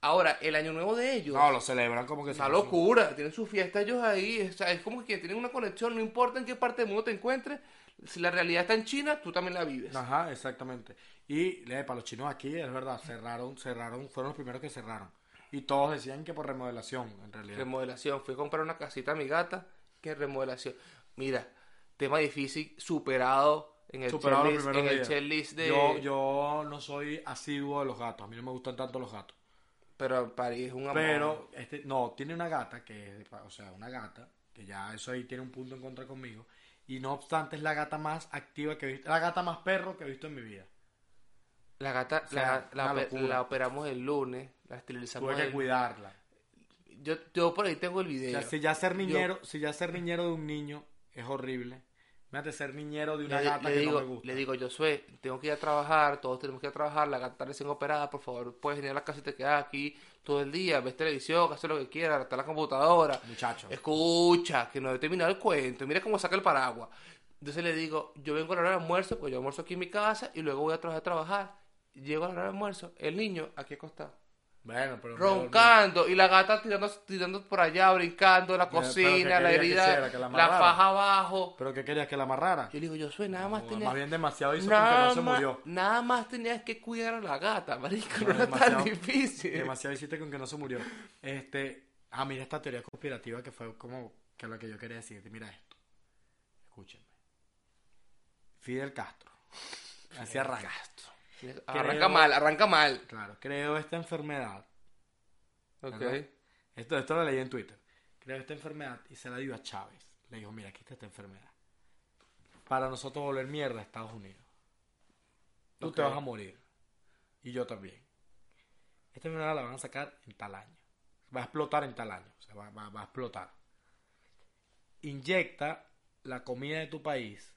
B: ahora el Año Nuevo de ellos...
A: No, lo celebran como que
B: Una
A: son-
B: locura, tienen su fiesta ellos ahí, o sea, es como que tienen una conexión, no importa en qué parte del mundo te encuentres, si la realidad está en China, tú también la vives.
A: Ajá, exactamente. Y para los chinos aquí, es verdad, cerraron, cerraron, fueron los primeros que cerraron. Y todos decían que por remodelación, en realidad.
B: Remodelación, fui a comprar una casita a mi gata, que remodelación. Mira, tema difícil, superado en el
A: Superaron los
B: checklist, en
A: primeros
B: el
A: días.
B: checklist de...
A: Yo, yo no soy asiduo de los gatos, a mí no me gustan tanto los gatos.
B: Pero París es un amor.
A: Pero, este, no, tiene una gata que, es de pa- o sea, una gata, que ya eso ahí tiene un punto en contra conmigo. Y no obstante, es la gata más activa que he visto, la gata más perro que he visto en mi vida.
B: La gata,
A: O sea,
B: la,
A: una
B: la, ope-
A: locura.
B: la operamos el lunes, la esterilizamos
A: Tuve que
B: el-
A: cuidarla.
B: Yo, yo por ahí tengo el
A: O
B: video.
A: sea, si ya ser niñero, si ya ser niñero de un niño es horrible. Imagínate ser niñero de una
B: le,
A: gata
B: le
A: que
B: digo,
A: no me gusta.
B: le digo, Josué, tengo que ir a trabajar, todos tenemos que ir a trabajar, la gata está recién operada, por favor, puedes venir a la casa y te quedas aquí todo el día, ves televisión, haces lo que quieras, está la computadora.
A: Muchacho.
B: Escucha, que no he terminado el cuento, mira cómo saca el paraguas. Entonces le digo, yo vengo a la hora del almuerzo, pues yo almuerzo aquí en mi casa y luego voy a trabajar, trabajar. Llego a la hora del almuerzo, el niño aquí acostado.
A: Bueno, pero.
B: roncando y la gata tirando, tirando por allá, brincando la
A: Pero, pero, ¿qué
B: cocina,
A: quería
B: la
A: que
B: herida,
A: hiciera? ¿Que la
B: la,
A: amarrara?
B: faja abajo.
A: ¿Pero qué querías que la amarrara?
B: Yo le digo, yo soy nada
A: No,
B: más
A: más,
B: tenía
A: bien demasiado hizo
B: nada,
A: con que no
B: más,
A: se murió.
B: nada más tenías que cuidar a la gata, marico, no,
A: No,
B: era tan
A: demasiado-
B: difícil.
A: Demasiado hiciste con que no se murió. Este, ah, mira esta teoría conspirativa que fue como que lo que yo quería decirte. Mira esto. Escúchame. Fidel Castro. Así arranca.
B: Arranca mal, arranca mal.
A: Claro, creo esta enfermedad
B: Ok.
A: ¿Verdad? Esto, esto lo leí en Twitter. Creó esta enfermedad y se la dio a Chávez. Le dijo, mira, aquí está esta enfermedad. Para nosotros volver mierda a Estados Unidos. Tú te
B: Ok.
A: vas a morir. Y yo también. Esta enfermedad la van a sacar en tal año. Va a explotar en tal año. O sea, va, va- va a explotar. Inyecta la comida de tu país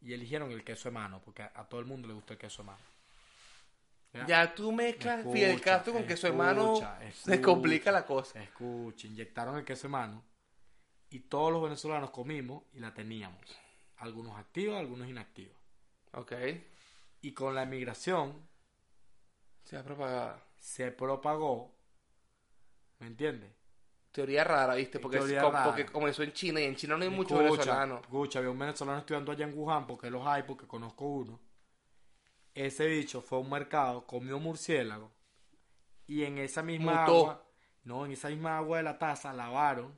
A: y eligieron el queso de mano, porque a, a todo el mundo le gusta el queso de mano. ¿Ya?
B: Ya tú mezclas Fidel
A: Escucha,
B: Castro con que su hermano
A: escucha,
B: se complica
A: escucha.
B: la cosa.
A: Escucha, inyectaron el queso de mano y todos los venezolanos comimos y la teníamos. Algunos activos, algunos inactivos.
B: Ok.
A: Y con la emigración
B: Se ha propagado.
A: se propagó, ¿me entiendes?
B: Teoría rara, ¿viste? Porque,
A: Teoría
B: com-
A: rara.
B: porque comenzó en China y en China no hay muchos
A: Escucha,
B: venezolanos.
A: Escucha, había un venezolano estudiando allá en Wuhan porque los hay, porque conozco uno. Ese bicho fue a un mercado, comió murciélago y en esa misma
B: Mutó.
A: agua, no, en esa misma agua de la taza lavaron,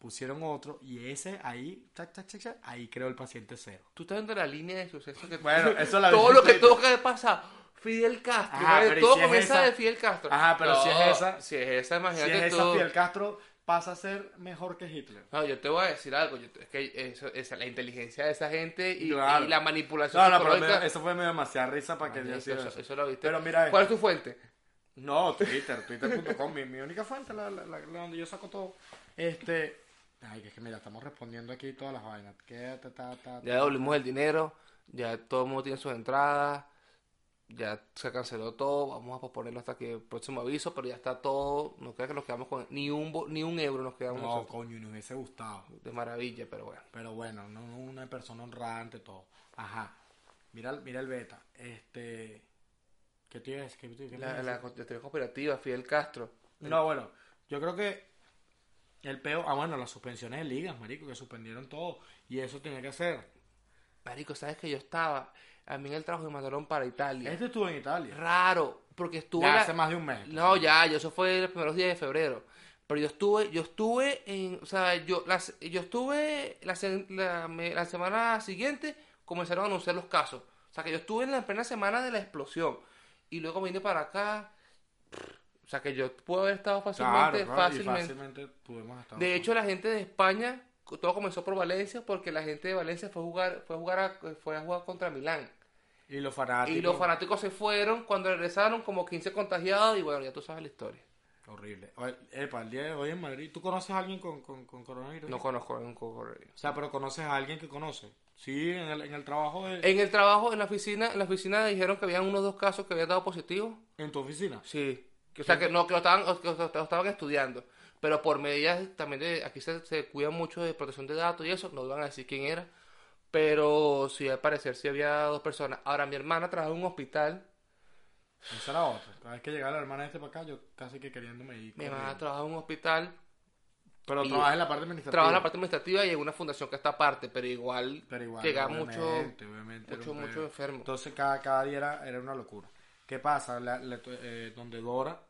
A: pusieron otro y ese ahí, chac, chac, chac, chac, ahí creó el paciente cero.
B: Tú estás viendo la línea de suceso que
A: Bueno, eso la
B: Todo
A: vi en
B: lo que
A: Twitter.
B: toca pasa. Fidel Castro.
A: Ajá,
B: ¿vale?
A: pero ¿y
B: todo
A: si es
B: comienza
A: esa?
B: de Fidel Castro.
A: Ajá, pero si es esa-
B: Si es esa,
A: Si
B: imagínate
A: es esa
B: tú.
A: Fidel Castro pasa a ser mejor que Hitler.
B: No, yo te voy a decir algo. yo te- es que eso- esa- la inteligencia de esa gente y,
A: Claro.
B: y la manipulación.
A: No, no, pero
B: psicológica-
A: me- eso fue medio demasiada risa para que
B: Marico,
A: yo
B: eso,
A: siga eso.
B: eso lo viste.
A: Pero mira eh.
B: ¿Cuál es tu fuente?
A: No, Twitter, twitter.com, mi, mi única fuente, la, la- la- la donde yo saco todo. Este. Ay, que es que mira, estamos respondiendo aquí todas las vainas. Quédate, ta, ta, ta.
B: Ya devolvimos el dinero, ya todo el mundo tiene sus entradas, ya se canceló todo, vamos a posponerlo hasta que el próximo aviso, pero ya está todo, no creo que nos quedamos con ni un bo- ni un euro nos quedamos
A: No,
B: nosotros.
A: coño, nos hubiese gustado.
B: de maravilla, pero bueno.
A: Pero bueno, no, no, una persona honrada ante todo. Ajá. Mira, mira el beta. Este. ¿Qué tienes? ¿Qué, qué- qué
B: La,
A: tienes?
B: la con- la teoría conspirativa, Fidel Castro.
A: No, bueno, yo creo que el peo. Ah, bueno, las suspensiones de ligas, marico, que suspendieron todo. Y eso tenía que hacer.
B: Marico, ¿sabes que yo estaba? A mí en el trabajo me mandaron para Italia.
A: Este estuvo en Italia.
B: Raro, porque estuve
A: Ya
B: la-
A: hace más de un mes.
B: No, ya, yo eso fue los primeros días de febrero. Pero yo estuve, yo estuve en, o sea, yo, las, yo estuve la, se- la, me- la semana siguiente comenzaron a anunciar los casos. O sea, que yo estuve en la plena semana de la explosión. Y luego vine para acá. O sea, que yo puedo haber estado
A: Claro,
B: fácilmente,
A: claro, y
B: fácilmente.
A: fácilmente tuvimos hasta
B: De hecho, la gente de España, todo comenzó por Valencia, porque la gente de Valencia fue a jugar, fue a jugar, a- fue a jugar contra Milán.
A: y los fanáticos.
B: Y los fanáticos se fueron, cuando regresaron como 15 contagiados y bueno, ya tú sabes la historia.
A: Horrible. Oye, Epa, el día de hoy en Madrid, ¿tú conoces a alguien con, con, con coronavirus?
B: No conozco ningún correo.
A: O sea, pero conoces a alguien que conoce. Sí, en el, en el trabajo, de,
B: En el trabajo, en la oficina, en la oficina dijeron que habían unos dos casos que habían dado positivo.
A: en tu oficina.
B: Sí. Que, o sea, que no, que lo estaban, que lo- lo estaban estudiando. Pero por medidas también de, aquí se, se cuida mucho de protección de datos y eso, no iban a decir quién era. Pero sí, al parecer sí había dos personas. Ahora, mi hermana trabajaba en un hospital.
A: Esa era otra. Cada vez que llegaba la hermana este para acá, yo casi que queriéndome ir.
B: Mi
A: con
B: hermana
A: él.
B: trabajaba en un hospital.
A: pero
B: y-
A: trabaja en la parte administrativa.
B: Trabaja en la parte administrativa y en una fundación que está aparte, pero igual,
A: Pero igual,
B: llega
A: obviamente,
B: mucho,
A: obviamente era
B: mucho,
A: un pedo.
B: mucho enfermo.
A: Entonces cada, cada día era, era una locura. ¿Qué pasa? La- la- eh, donde Dora,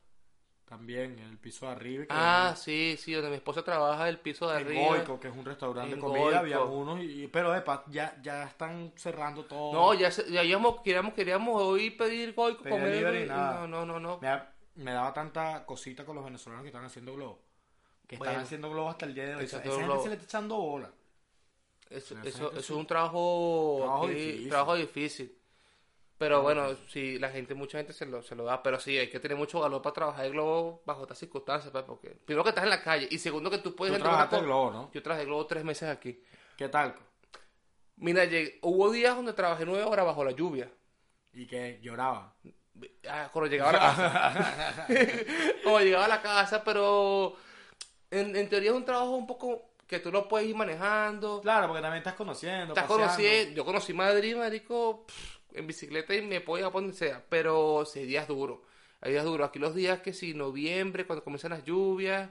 A: también, en el piso de arriba. que
B: Ah, sí, sí, donde mi esposa trabaja el piso de
A: En
B: arriba.
A: Goico, que es un restaurante de
B: En
A: comida, había
B: Goico.
A: unos, y, pero epa, ya, ya están cerrando todo.
B: No, ya, se- ya íbamos, queríamos, queríamos hoy pedir goico,
A: Pedir
B: comer.
A: libre y nada.
B: No, no, no, no.
A: me, da- me daba tanta cosita con los venezolanos que están haciendo globo. Que están
B: Bueno.
A: haciendo globo hasta el día de hoy.
B: Eso
A: Esa, esa
B: todo
A: gente
B: globo. Pues,
A: se le está echando bola.
B: Eso,
A: Me hace
B: eso-
A: que
B: eso es
A: sí.
B: un trabajo,
A: Trabajo
B: aquí,
A: difícil.
B: trabajo difícil. Pero bueno, sí, la gente, mucha gente se lo, se lo da, pero sí, hay que tener mucho valor para trabajar el globo bajo estas circunstancias, pues, porque primero que estás en la calle y segundo que tú puedes...
A: Tú
B: entrar a una
A: trabajaste
B: co-
A: en globo, ¿no?
B: Yo trabajé globo tres meses aquí.
A: ¿Qué tal?
B: Mira, llegué- hubo días donde trabajé nueve horas bajo la lluvia.
A: Y que lloraba.
B: Ah, cuando llegaba a la casa. cuando llegaba a la casa, pero en, en teoría es un trabajo un poco que tú lo puedes ir manejando.
A: Claro, porque también estás conociendo.
B: Estás
A: paseando.
B: conociendo. Yo conocí Madrid, marico, pff, en bicicleta y me podía poner donde sea. Pero sí, hay días duros. Hay días duros. Aquí los días que si noviembre, cuando comienzan las lluvias,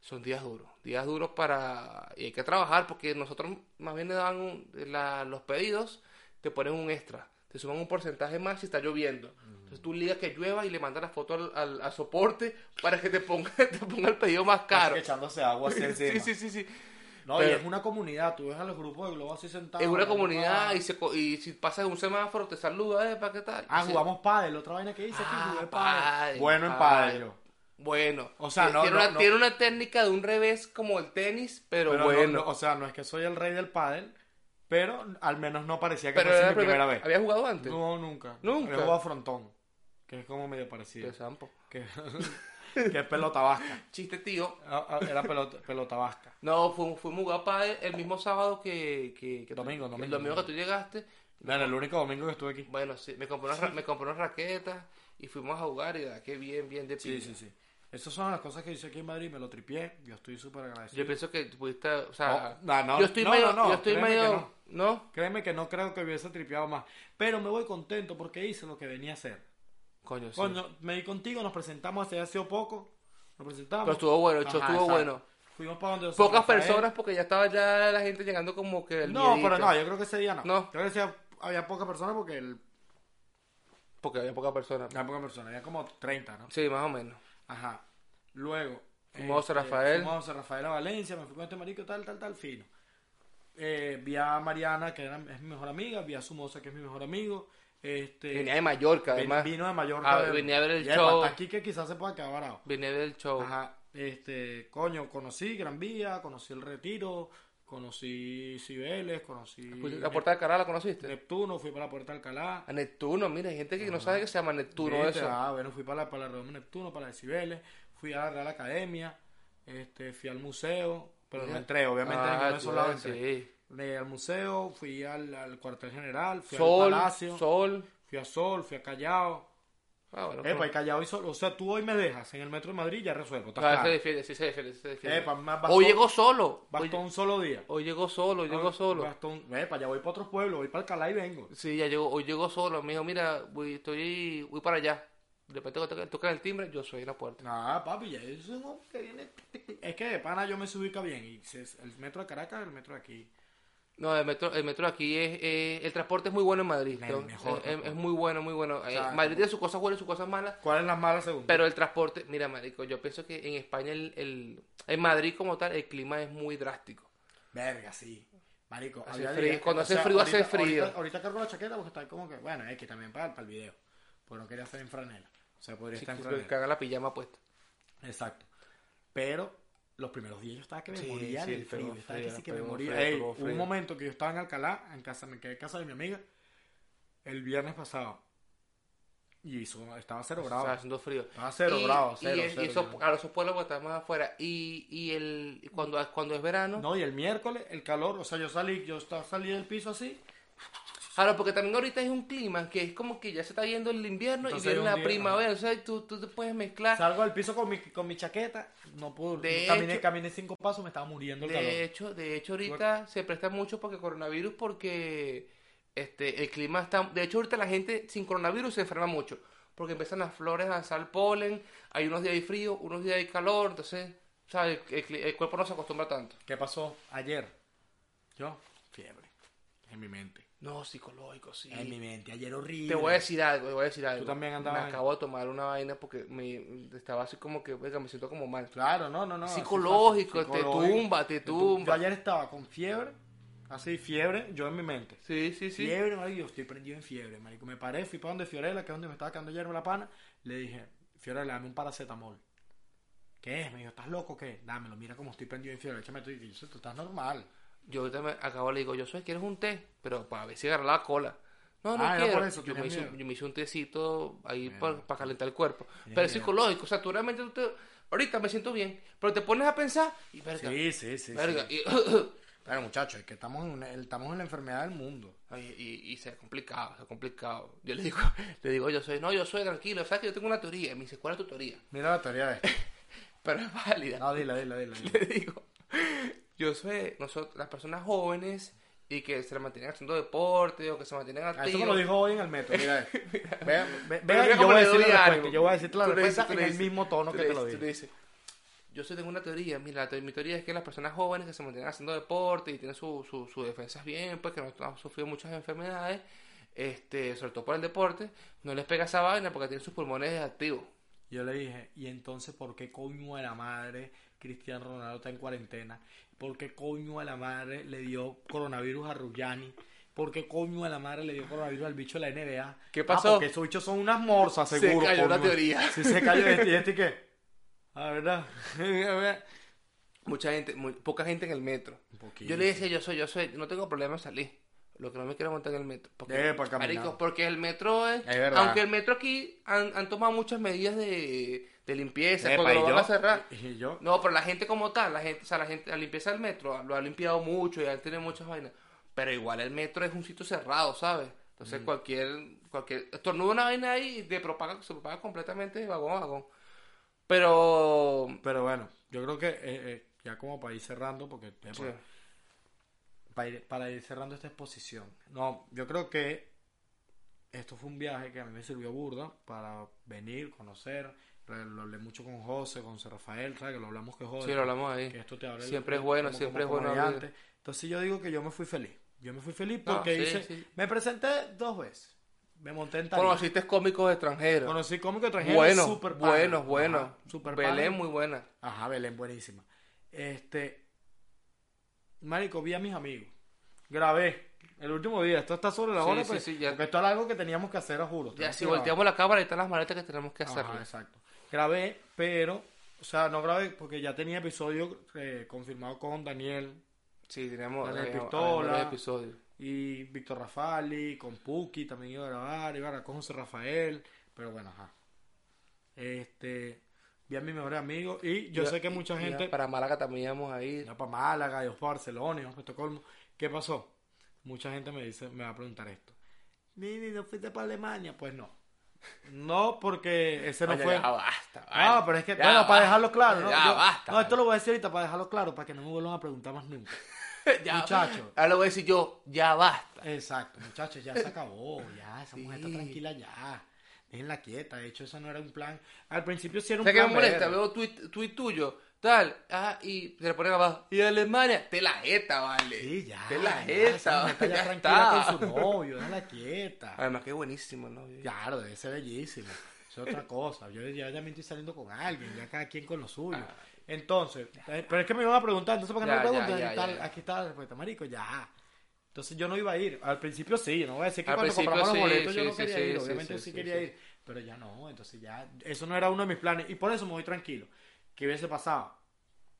B: son días duros. Días duros para... Y hay que trabajar porque nosotros más bien le dan un- la- los pedidos, te ponen un extra. Te suman un porcentaje más si está lloviendo. Entonces tú ligas que llueva y le mandas la foto al, al- al soporte para que te ponga, te ponga el pedido más
A: Casi
B: caro.
A: que echándose agua así
B: Sí,
A: encima.
B: sí, sí, sí.
A: No, y
B: Pero-
A: es una comunidad. Tú ves a los grupos de globo así sentados.
B: Es una
A: hablando
B: comunidad
A: paja.
B: y, se, co- y si pasas un semáforo te saluda, ¿eh? ¿Para qué tal?
A: Ah,
B: Sí.
A: jugamos pádel. Otra vaina que hice que
B: Ah,
A: jugué pádel.
B: pádel,
A: Bueno en
B: pádel.
A: pádel yo.
B: Bueno,
A: O sea,
B: ti-
A: no,
B: tiene,
A: no,
B: una,
A: no.
B: tiene una técnica de un revés como el tenis, pero,
A: Pero no-
B: bueno.
A: no, o sea, no es que soy el rey del pádel, pero al menos no parecía que
B: pero
A: fuese
B: era
A: mi
B: la primera
A: primera vez.
B: ¿Había jugado antes?
A: No, nunca.
B: Nunca.
A: He jugado frontón, que es como medio parecido.
B: Qué sampo.
A: Que, que es pelota vasca.
B: Chiste, tío.
A: Ah, ah, Era pelota, pelota vasca.
B: No, fue, fue muy guapa el mismo sábado que, que, que tú-
A: Domingo,
B: que
A: domingo,
B: el domingo
A: domingo.
B: que tú llegaste.
A: Bueno, el único domingo que estuve aquí.
B: Bueno, sí, me compré unas, ra- me compré unas raquetas y fuimos a jugar y ah, qué bien, bien de
A: Sí,
B: pinga.
A: sí, sí. Esas son las cosas que hice aquí en Madrid, me lo tripié. Yo estoy súper agradecido.
B: Yo pienso que pudiste, o sea,
A: No, Oh, no, no,
B: yo estoy
A: no,
B: medio,
A: no, no,
B: yo estoy
A: créeme que
B: medio,
A: no.
B: ¿no?
A: Créeme que no creo que hubiese tripeado más. Pero me voy contento porque hice lo que venía a hacer.
B: Coño, sí.
A: Coño, me di contigo, nos presentamos hace sido poco. Nos presentamos.
B: Pero estuvo bueno, el show
A: Ajá,
B: estuvo
A: exacto.
B: bueno.
A: Fuimos para donde San
B: Pocas
A: Rafael.
B: personas porque ya estaba ya la gente llegando como que el
A: No,
B: miedito.
A: pero no, yo creo que ese día no.
B: No.
A: Yo creo que ese día había pocas personas porque el...
B: Porque había pocas personas.
A: había pocas personas, había como 30, ¿no?
B: Sí, más o menos.
A: Ajá. Luego.
B: Fuimos a San Rafael.
A: Fuimos a San Rafael a Valencia, me fui con este marico, tal, tal, tal, fino. Eh, vi a Mariana, que era- es mi mejor amiga, vi a su moza, que es mi mejor amigo. Este,
B: Venía de Mallorca,
A: ven-
B: además.
A: vino de Mallorca.
B: Ah, venía a ver el
A: Y de
B: show.
A: Pata- aquí que quizás se pueda quedar varado.
B: Venía del show.
A: Ajá. Este, coño, conocí Gran Vía, conocí El Retiro, conocí Cibeles, conocí
B: Pues, La puerta de Alcalá la conociste.
A: Neptuno, fui para la Puerta de Alcalá.
B: A Neptuno, mira, hay gente que no sabe que se llama Neptuno
A: Viste,
B: eso.
A: Ah, bueno, fui para la, para la Redoma Neptuno, para la de Cibeles, fui a la Real Academia, este, fui al museo, pero no
B: Mira.
A: entré, obviamente
B: Ah,
A: ninguno de esos lados
B: sí.
A: entré. Eh, al museo, fui al, al cuartel general, fui al
B: Sol,
A: Palacio,
B: Sol.
A: fui a Sol, fui a Callao.
B: Ah, bueno.
A: Epa, y
B: pero-
A: Callao y Sol, o sea, tú hoy me dejas en el metro de Madrid, ya resuelvo, está
B: Ah, se
A: claro.
B: defiende, sí se defiende, se defiende.
A: Epa, más
B: Hoy
A: bastón-
B: llegó solo. Hoy,
A: Bastó un solo día.
B: hoy llegó solo, hoy llegó solo.
A: Bastón, epa, ya voy para otros pueblos, voy para Alcalá y vengo.
B: Sí, ya llegó, hoy llegó solo. Me dijo, mira, voy, estoy, voy para allá. De repente cuando toca- tocan el timbre, yo soy en la puerta.
A: Nah, papi, ya eso es un- que viene. Es que de pana yo me ubica bien. Y se- el metro de Caracas, el metro de aquí.
B: No, el metro, el metro aquí es, eh, el transporte es muy bueno en Madrid.
A: El
B: ¿no?
A: mejor
B: Eh, eh, es,
A: transporte.
B: muy bueno, muy bueno. Eh,
A: sea,
B: Madrid tiene sus cosas buenas y sus cosas malas,
A: ¿Cuál es la mala segunda?
B: pero el transporte, mira, marico, yo pienso que en España, el, el- en Madrid como tal, el clima es muy drástico.
A: Verga, sí. Marico,
B: Hace
A: había días
B: frío,
A: que-
B: cuando hace frío, hace
A: ahorita-
B: frío.
A: Ahorita, ahorita cargo la chaqueta porque está como que, bueno, es que también para, para el video. Pues no quería estar en franela. O sea, podría
B: Sí,
A: estar en
B: que
A: franela.
B: caga la pijama puesta.
A: Exacto. Pero los primeros días yo estaba que me
B: Sí,
A: moría
B: sí,
A: del
B: pegó
A: frío. Yo estaba que
B: frío,
A: sí que me
B: pegó
A: moría.
B: frío,
A: Ey,
B: pegó
A: hubo
B: frío.
A: un momento que yo estaba en Alcalá, en casa, me quedé en casa de mi amiga, el viernes pasado. Y hizo, estaba cero
B: O sea,
A: grados.
B: haciendo frío.
A: Estaba cero
B: y,
A: grados,
B: y
A: cero,
B: es- ah, y
A: cero,
B: esos-
A: cero.
B: claro, esos pueblos porque están más afuera. Y, y el, y cuando, cuando es verano,
A: No, y el miércoles, el calor, o sea, yo salí, yo estaba, salí del piso así.
B: Claro, porque también ahorita es un clima que es como que ya se está yendo el invierno
A: Entonces
B: y
A: hay
B: viene
A: un
B: la
A: día,
B: primavera. O sea, tú, tú te puedes mezclar.
A: Salgo del piso con mi, con mi chaqueta, no pude,
B: De
A: caminé,
B: hecho-
A: caminé cinco pasos, me estaba muriendo el
B: de
A: calor.
B: hecho, de hecho ahorita se presta mucho porque coronavirus porque este el clima está de hecho ahorita la gente sin coronavirus se enferma mucho porque empiezan las flores a lanzar polen, hay unos días hay frío, unos días hay calor, entonces, ¿sabes? El, el cli- el cuerpo no se acostumbra tanto.
A: ¿Qué pasó ayer? Yo, fiebre, en mi mente.
B: No, psicológico, sí.
A: En mi mente, ayer horrible.
B: Te voy a decir algo, te voy a decir algo.
A: también andabas
B: Me
A: en-
B: acabo de tomar una vaina porque me estaba así como que, venga, me siento como mal.
A: Claro, no, no, no. así
B: Psicológico,
A: fácil,
B: te tumba, te
A: tum-
B: tumba.
A: Yo ayer estaba con fiebre, así fiebre, yo en mi mente.
B: Sí, sí, sí.
A: Fiebre, marico, yo estoy prendido en fiebre, marico. Me paré, fui para donde Fiorella, que es donde me estaba quedando ayer la pana. Le dije, Fiorella, dame un paracetamol. ¿Qué es? Me dijo, ¿estás loco o qué? Dámelo, mira cómo estoy prendido en fiebre. Échame tú y dice, tú estás normal.
B: Yo ahorita me acabo le digo, yo sé, ¿quieres un té? Pero para ver si agarra la cola. No, no
A: Ah, era
B: quiero.
A: por eso,
B: yo, me
A: tenías
B: hice, un-
A: miedo.
B: yo me hice un tecito ahí para, calentar el cuerpo. Pero
A: miedo.
B: es psicológico, o sea, tú realmente tú te- ahorita me siento bien, pero te pones a pensar y verga,
A: Sí, sí, sí.
B: verga,
A: sí.
B: y-
A: Pero muchachos, es que estamos en, una- estamos en la enfermedad del mundo.
B: Ay, Y, y se ha complicado, se ha complicado. Yo le digo, le digo, yo soy, no, yo soy tranquilo, sabes que yo tengo una teoría. Y me dice, ¿cuál es tu teoría?
A: Mira la teoría de esto.
B: Pero es válida.
A: No, dila, dila, dila. dila.
B: le digo, yo soy, nosotros, las personas jóvenes y que se mantienen haciendo deporte o que se mantienen
A: Ah,
B: activos.
A: Eso me lo dijo hoy en el metro, mira. esto. Ve, ve, ve,
B: Pero mira
A: yo
B: cómo
A: voy a
B: le
A: decir
B: doy
A: la respuesta,
B: ánimo.
A: yo voy a decirte la
B: Tú le dices,
A: respuesta
B: tú le
A: en el
B: dices,
A: mismo tono
B: tú
A: que
B: le
A: te lo
B: dices, tú
A: dije.
B: le dices, Yo sí tengo una teoría, mira, la te- mi teoría es que las personas jóvenes que se mantienen haciendo deporte y tienen sus su, sus defensas bien, pues que no han sufrido muchas enfermedades, este, sobre todo por el deporte, no les pega esa vaina porque tienen sus pulmones activos.
A: Yo le dije, ¿y entonces por qué coño de la madre Cristiano Ronaldo está en cuarentena? ¿Por qué coño de la madre le dio coronavirus a Rullani? ¿Por qué coño de la madre le dio coronavirus al bicho de la NBA?
B: ¿Qué
A: Ah,
B: pasó?
A: porque esos bichos son unas morsas, seguro.
B: se cayó la
A: coño.
B: teoría.
A: Si se cayó este y este y qué. Ah, ¿verdad?
B: Mucha gente, muy- poca gente en el metro.
A: Un poquito.
B: Yo le decía, yo soy, yo soy, no tengo problema en salir. Lo que no me quiero es montar en el metro. Porque,
A: Debe para Eh, caminar.
B: marico, porque el metro es.
A: Es verdad.
B: Aunque el metro aquí han, han tomado muchas medidas de, de limpieza.
A: Epa,
B: cuando
A: ¿y
B: lo van
A: yo?
B: a cerrar.
A: ¿Y yo?
B: No, pero la gente como tal, la gente, o sea, la gente, la limpieza del metro lo ha limpiado mucho y han tenido muchas vainas. Pero igual el metro es un sitio cerrado, ¿sabes? Entonces
A: Mm.
B: cualquier, cualquier, estornuda una vaina ahí y te propaga, se propaga completamente de vagón a vagón. Pero,
A: Pero bueno, yo creo que eh, eh, ya como para ir cerrando, porque eh,
B: sí,
A: para, ir, para ir cerrando esta exposición. No, yo creo que esto fue un viaje que a mí me sirvió burda para venir, conocer. Re- Lo hablé mucho con José, con José Rafael, ¿sabes? Que lo hablamos que joder.
B: sí, lo hablamos ahí.
A: que esto te abre el-
B: Siempre es bueno,
A: como-
B: siempre
A: como
B: es bueno abrir.
A: comediante. Entonces yo digo que yo me fui feliz. Yo me fui feliz
B: No,
A: porque
B: sí,
A: hice...
B: sí.
A: Me presenté dos veces. Me monté en tarima. Conocí,
B: Conociste cómicos extranjeros.
A: cómico extranjero.
B: Buenos,
A: super pana.
B: buenos, buenos.
A: Ajá, super pana.
B: Belén, muy buena.
A: Ajá, Belén, buenísima. Este. Marico, vi a mis amigos. Grabé. El último día. Esto está sobre la
B: Sí,
A: hora.
B: sí,
A: pero-
B: sí, ya.
A: Porque esto era algo que teníamos que hacer, os juro.
B: Ya,
A: Teníamos
B: si
A: que grabar.
B: volteamos la cámara, ahí están las maletas que tenemos que
A: Ajá,
B: hacer.
A: exacto. Grabé, pero. O sea, no grabé porque ya tenía episodio eh, confirmado con Daniel
B: Sí, tenemos
A: Dale,
B: habíamos-
A: pistola.
B: habíamos varios episodios.
A: y Víctor Rafali, con Puki también iba a grabar, iba a grabar con José Rafael, pero bueno, ajá. Este, vi a mis mejores amigos y yo
B: Iba-
A: sé que mucha
B: iba
A: gente
B: Para Málaga también íbamos a ir.
A: Ya para Málaga, yo para Barcelona, yo para Estocolmo. ¿Qué pasó? Mucha gente me dice, me va a preguntar esto. Nini, ¿no fuiste para Alemania? Pues no. No, porque ese no
B: Oye,
A: fue.
B: ya basta.
A: Ah,
B: vale.
A: pero es que,
B: Ya
A: bueno, para
B: basta.
A: dejarlo claro, ¿no?
B: Ya
A: Yo-
B: basta.
A: no, esto lo voy a decir ahorita para dejarlo claro, para que no me vuelvan a preguntar más nunca.
B: Ya-
A: muchacho.
B: Ahora lo voy a decir yo, ya basta.
A: Exacto, muchachos, ya se acabó, ya, esa mujer
B: Sí.
A: está tranquila ya. Déjenla quieta, de hecho, eso no era un plan. Al principio sí era un
B: ¿Sabes qué me
A: plan.
B: molesta?
A: verga.
B: Veo tweet, tweet tuyo, tal, ah, y te le ponen abajo. Y Alemania, te la jeta, vale.
A: Sí, ya.
B: Te
A: ya,
B: la
A: esa
B: jeta,
A: mujer está ya,
B: vale. Ya
A: tranquila
B: está. Ah,
A: con su novio, déjenla quieta.
B: Además, qué buenísimo, ¿no?
A: Claro, debe ser bellísimo. Es otra cosa. Yo ya, ya me estoy saliendo con alguien, ya cada quien con lo suyo. Entonces, eh, pero es que me iban a preguntar, entonces ¿por qué no
B: Ah. Ya,
A: me
B: ya,
A: preguntan?
B: ya,
A: aquí, está,
B: ya.
A: aquí está la respuesta, marico, ya. Entonces yo no iba a ir. Al principio sí, no voy a decir que
B: Al
A: cuando
B: principio
A: compramos los
B: sí,
A: boletos yo
B: sí,
A: no
B: sí,
A: quería
B: sí,
A: ir,
B: sí,
A: obviamente
B: sí,
A: sí,
B: sí,
A: quería
B: sí.
A: ir, pero ya no, entonces ya, eso no era uno de mis planes y por eso me voy tranquilo. ¿Qué hubiese pasado?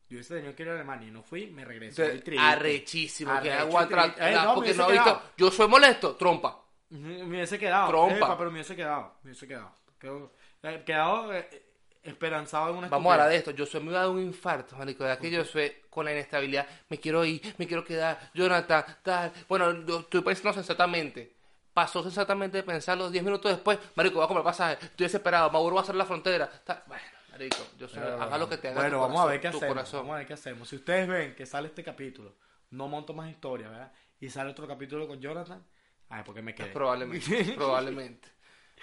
A: Yo hubiese tenido que ir a Alemania y no fui, me regresé.
B: Entonces,
A: muy triste.
B: arrechísimo, que
A: Arrecho,
B: aguanta la-
A: triste. Eh,
B: la-
A: no, me
B: porque
A: hubiese
B: no ha visto.
A: quedado.
B: Yo soy molesto, trompa.
A: Me hubiese quedado.
B: Trompa.
A: Epa, pero me hubiese quedado. Me hubiese quedado. Quedo- eh, quedado eh, esperanzado en una
B: Vamos a hablar de
A: estupidez.
B: esto. Yo soy me iba a dar un infarto, marico. De aquello soy con la inestabilidad. Me quiero ir, me quiero quedar. Jonathan, tal. Bueno, yo estoy pensando sensatamente. Pasó sensatamente de pensarlo 10 minutos después. Marico, voy a comprar pasaje. Estoy desesperado. Maduro va a hacer la frontera. tal. Bueno, marico, yo soy.
A: Pero,
B: haga lo que te haga.
A: Bueno,
B: tu
A: vamos
B: corazón,
A: a ver qué
B: tu
A: hacemos.
B: corazón.
A: Vamos a ver qué hacemos. Si ustedes ven que sale este capítulo, no monto más historia, ¿verdad? Y sale otro capítulo con Jonathan. Ay, porque me quedé.
B: Pues Probablemente, probablemente.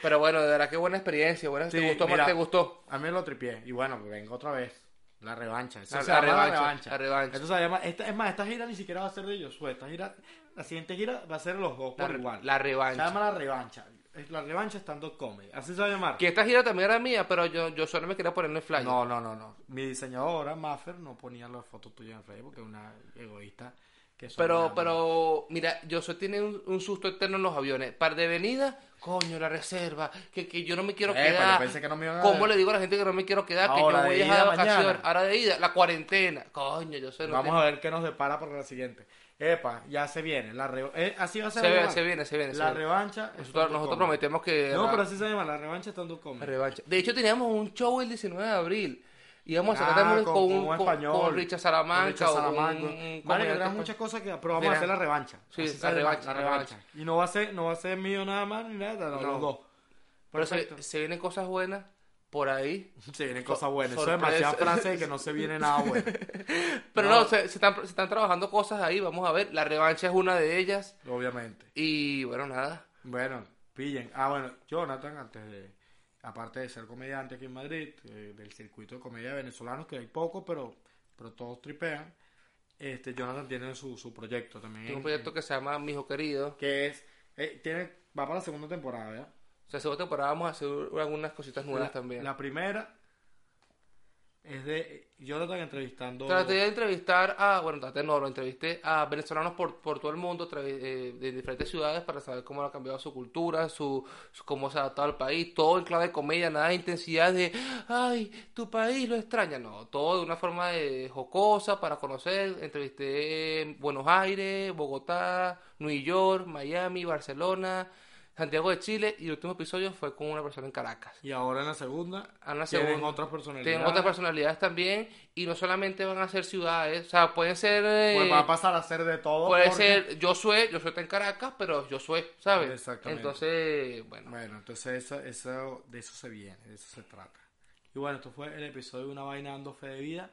B: Pero bueno, de verdad, qué buena experiencia. Buena,
A: Sí,
B: ¿Te gustó, Mar?
A: mira,
B: ¿Te gustó?
A: A mí lo tripié. Y bueno, pues vengo otra vez. La revancha. Eso
B: La-
A: se
B: la
A: llama la,
B: revancha,
A: revancha.
B: la revancha.
A: Esto se llama- esta- es más, esta gira ni siquiera va a ser de Josué. Esta gira, la siguiente gira va a ser los dos
B: La,
A: por
B: re-
A: igual.
B: la
A: se
B: revancha.
A: llama la revancha. Es La revancha stand-up comedy. Así se va a llamar.
B: Que esta gira también era mía, pero yo, yo solo me quería poner en el flyer.
A: No, no, no, no. Mi diseñadora, Maffer, no ponía las fotos tuyas en Facebook, que es una egoísta. Que soy
B: Pero,
A: una-
B: pero, mira, yo soy tiene un, un susto eterno en los aviones. Par de venidas, coño, la reserva, que, que yo no me quiero
A: Eh, pero
B: quedar.
A: yo pensé que no me iban a-
B: ¿Cómo le digo a la gente que no me quiero quedar? que
A: Ahora
B: yo
A: de
B: voy
A: ida
B: a dejar de
A: mañana.
B: vacaciones. Ahora de ida, la cuarentena. Coño, yo soy. no
A: Vamos
B: tengo-
A: a ver qué nos depara para la siguiente. Epa, ya se viene. La re- eh, así va a ser. la
B: Se ve-
A: revancha.
B: se viene, se viene, se
A: La
B: viene.
A: revancha.
B: Nosotros,
A: stand-up
B: nosotros
A: comedy.
B: prometemos que.
A: No,
B: la-
A: pero así se llama, la revancha stand-up
B: la
A: comedy.
B: revancha. De hecho, teníamos un show el 19 de abril. Íbamos a sacar
A: Ah,
B: también
A: con-
B: con,
A: con
B: un,
A: un
B: con-
A: español.
B: con Richard Salamanca.
A: Con Richard
B: o con
A: Salamanca.
B: un- un
A: Vale, que
B: comediante
A: habrán
B: español.
A: muchas cosas que pero vamos
B: Verán.
A: a hacer la revancha.
B: Sí,
A: Así
B: la
A: se llama,
B: revancha,
A: la
B: la
A: revancha. Y no va a ser, no va a ser mío nada más ni nada, no,
B: No.
A: los dos.
B: Pero
A: Perfecto.
B: se, se vienen cosas buenas por ahí.
A: Se vienen cosas buenas. Eso es
B: sorpresa.
A: demasiada frase de que no se viene nada bueno.
B: Pero
A: No.
B: no, se, se están, se están trabajando cosas ahí, vamos a ver. La revancha es una de ellas.
A: Obviamente.
B: Y bueno, nada.
A: Bueno, pillen. Ah, bueno, Jonathan, antes de. Aparte de ser comediante aquí en Madrid, eh, del circuito de comedia de venezolanos, que hay poco, pero, pero todos tripean. Este, Jonathan tiene su, su proyecto también.
B: Tengo un proyecto que se llama Mijo Querido.
A: que es. eh, tiene, va para la segunda temporada, ¿verdad?
B: O sea, segunda temporada vamos a hacer algunas cositas nuevas
A: La-
B: también.
A: La primera Es de. Yo lo estaba entrevistando.
B: Traté de entrevistar a, bueno, traté no, lo entrevisté a venezolanos por, por todo el mundo, tra- eh, de diferentes ciudades, para saber cómo ha cambiado su cultura, su, su- cómo se ha adaptado al país, todo en clave de comedia, nada de intensidad de, ay, tu país lo extraña, no, todo de una forma de jocosa para conocer. Entrevisté en Buenos Aires, Bogotá, New York, Miami, Barcelona, Santiago de Chile y el último episodio fue con una persona en Caracas.
A: Y ahora en la segunda.
B: A Ah, la
A: Tienen
B: segunda.
A: otras personalidades. Pues
B: Tienen otras personalidades también y no solamente van a ser ciudades, o sea, pueden ser... eh,
A: Pues va a pasar a ser de todo.
B: puede
A: porque-
B: ser Josué, Josué está en Caracas, pero Josué, ¿sabes?
A: Exactamente.
B: Entonces, bueno.
A: Bueno, entonces eso, eso, de eso se viene, de eso se trata. Y bueno, esto fue el episodio de Una Vaina Dando Fe de Vida.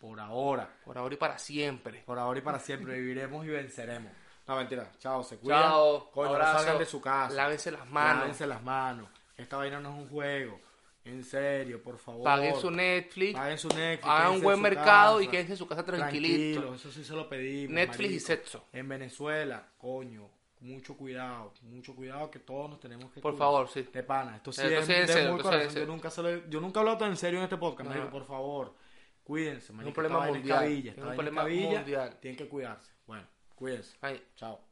A: Por ahora.
B: Por ahora y para siempre.
A: Por ahora y para siempre viviremos y venceremos. No, mentira. Chao, se cuidan.
B: Chao,
A: Coño, no
B: abrazo.
A: salgan de su casa.
B: Lávense las manos.
A: Lávense las manos. Esta vaina no es un juego. En serio, por favor.
B: Paguen su Netflix,
A: Paguen su Netflix.
B: hagan un
A: quédense
B: buen
A: en su
B: mercado y
A: casa.
B: quédense en su casa tranquilito.
A: Tranquilo, eso sí se lo pedimos.
B: Netflix y
A: marico.
B: sexo.
A: En Venezuela, coño, mucho cuidado, mucho cuidado que todos nos tenemos que
B: Por
A: cuidar.
B: favor, sí.
A: De pana, esto sí
B: Esto
A: es,
B: sí es en
A: de
B: serio,
A: muy
B: esto sí es en
A: corazón. Yo
B: serio.
A: nunca, se lo- yo nunca hablo tan serio en este podcast,
B: No.
A: marico, por favor. Cuídense, marico.
B: problema
A: esta vaina es
B: mundial,
A: cabilla,
B: es
A: esta
B: un
A: vaina es
B: problema
A: cabilla,
B: mundial.
A: Tienen que cuidarse. Bueno, cuídense.
B: Ay,
A: Chao.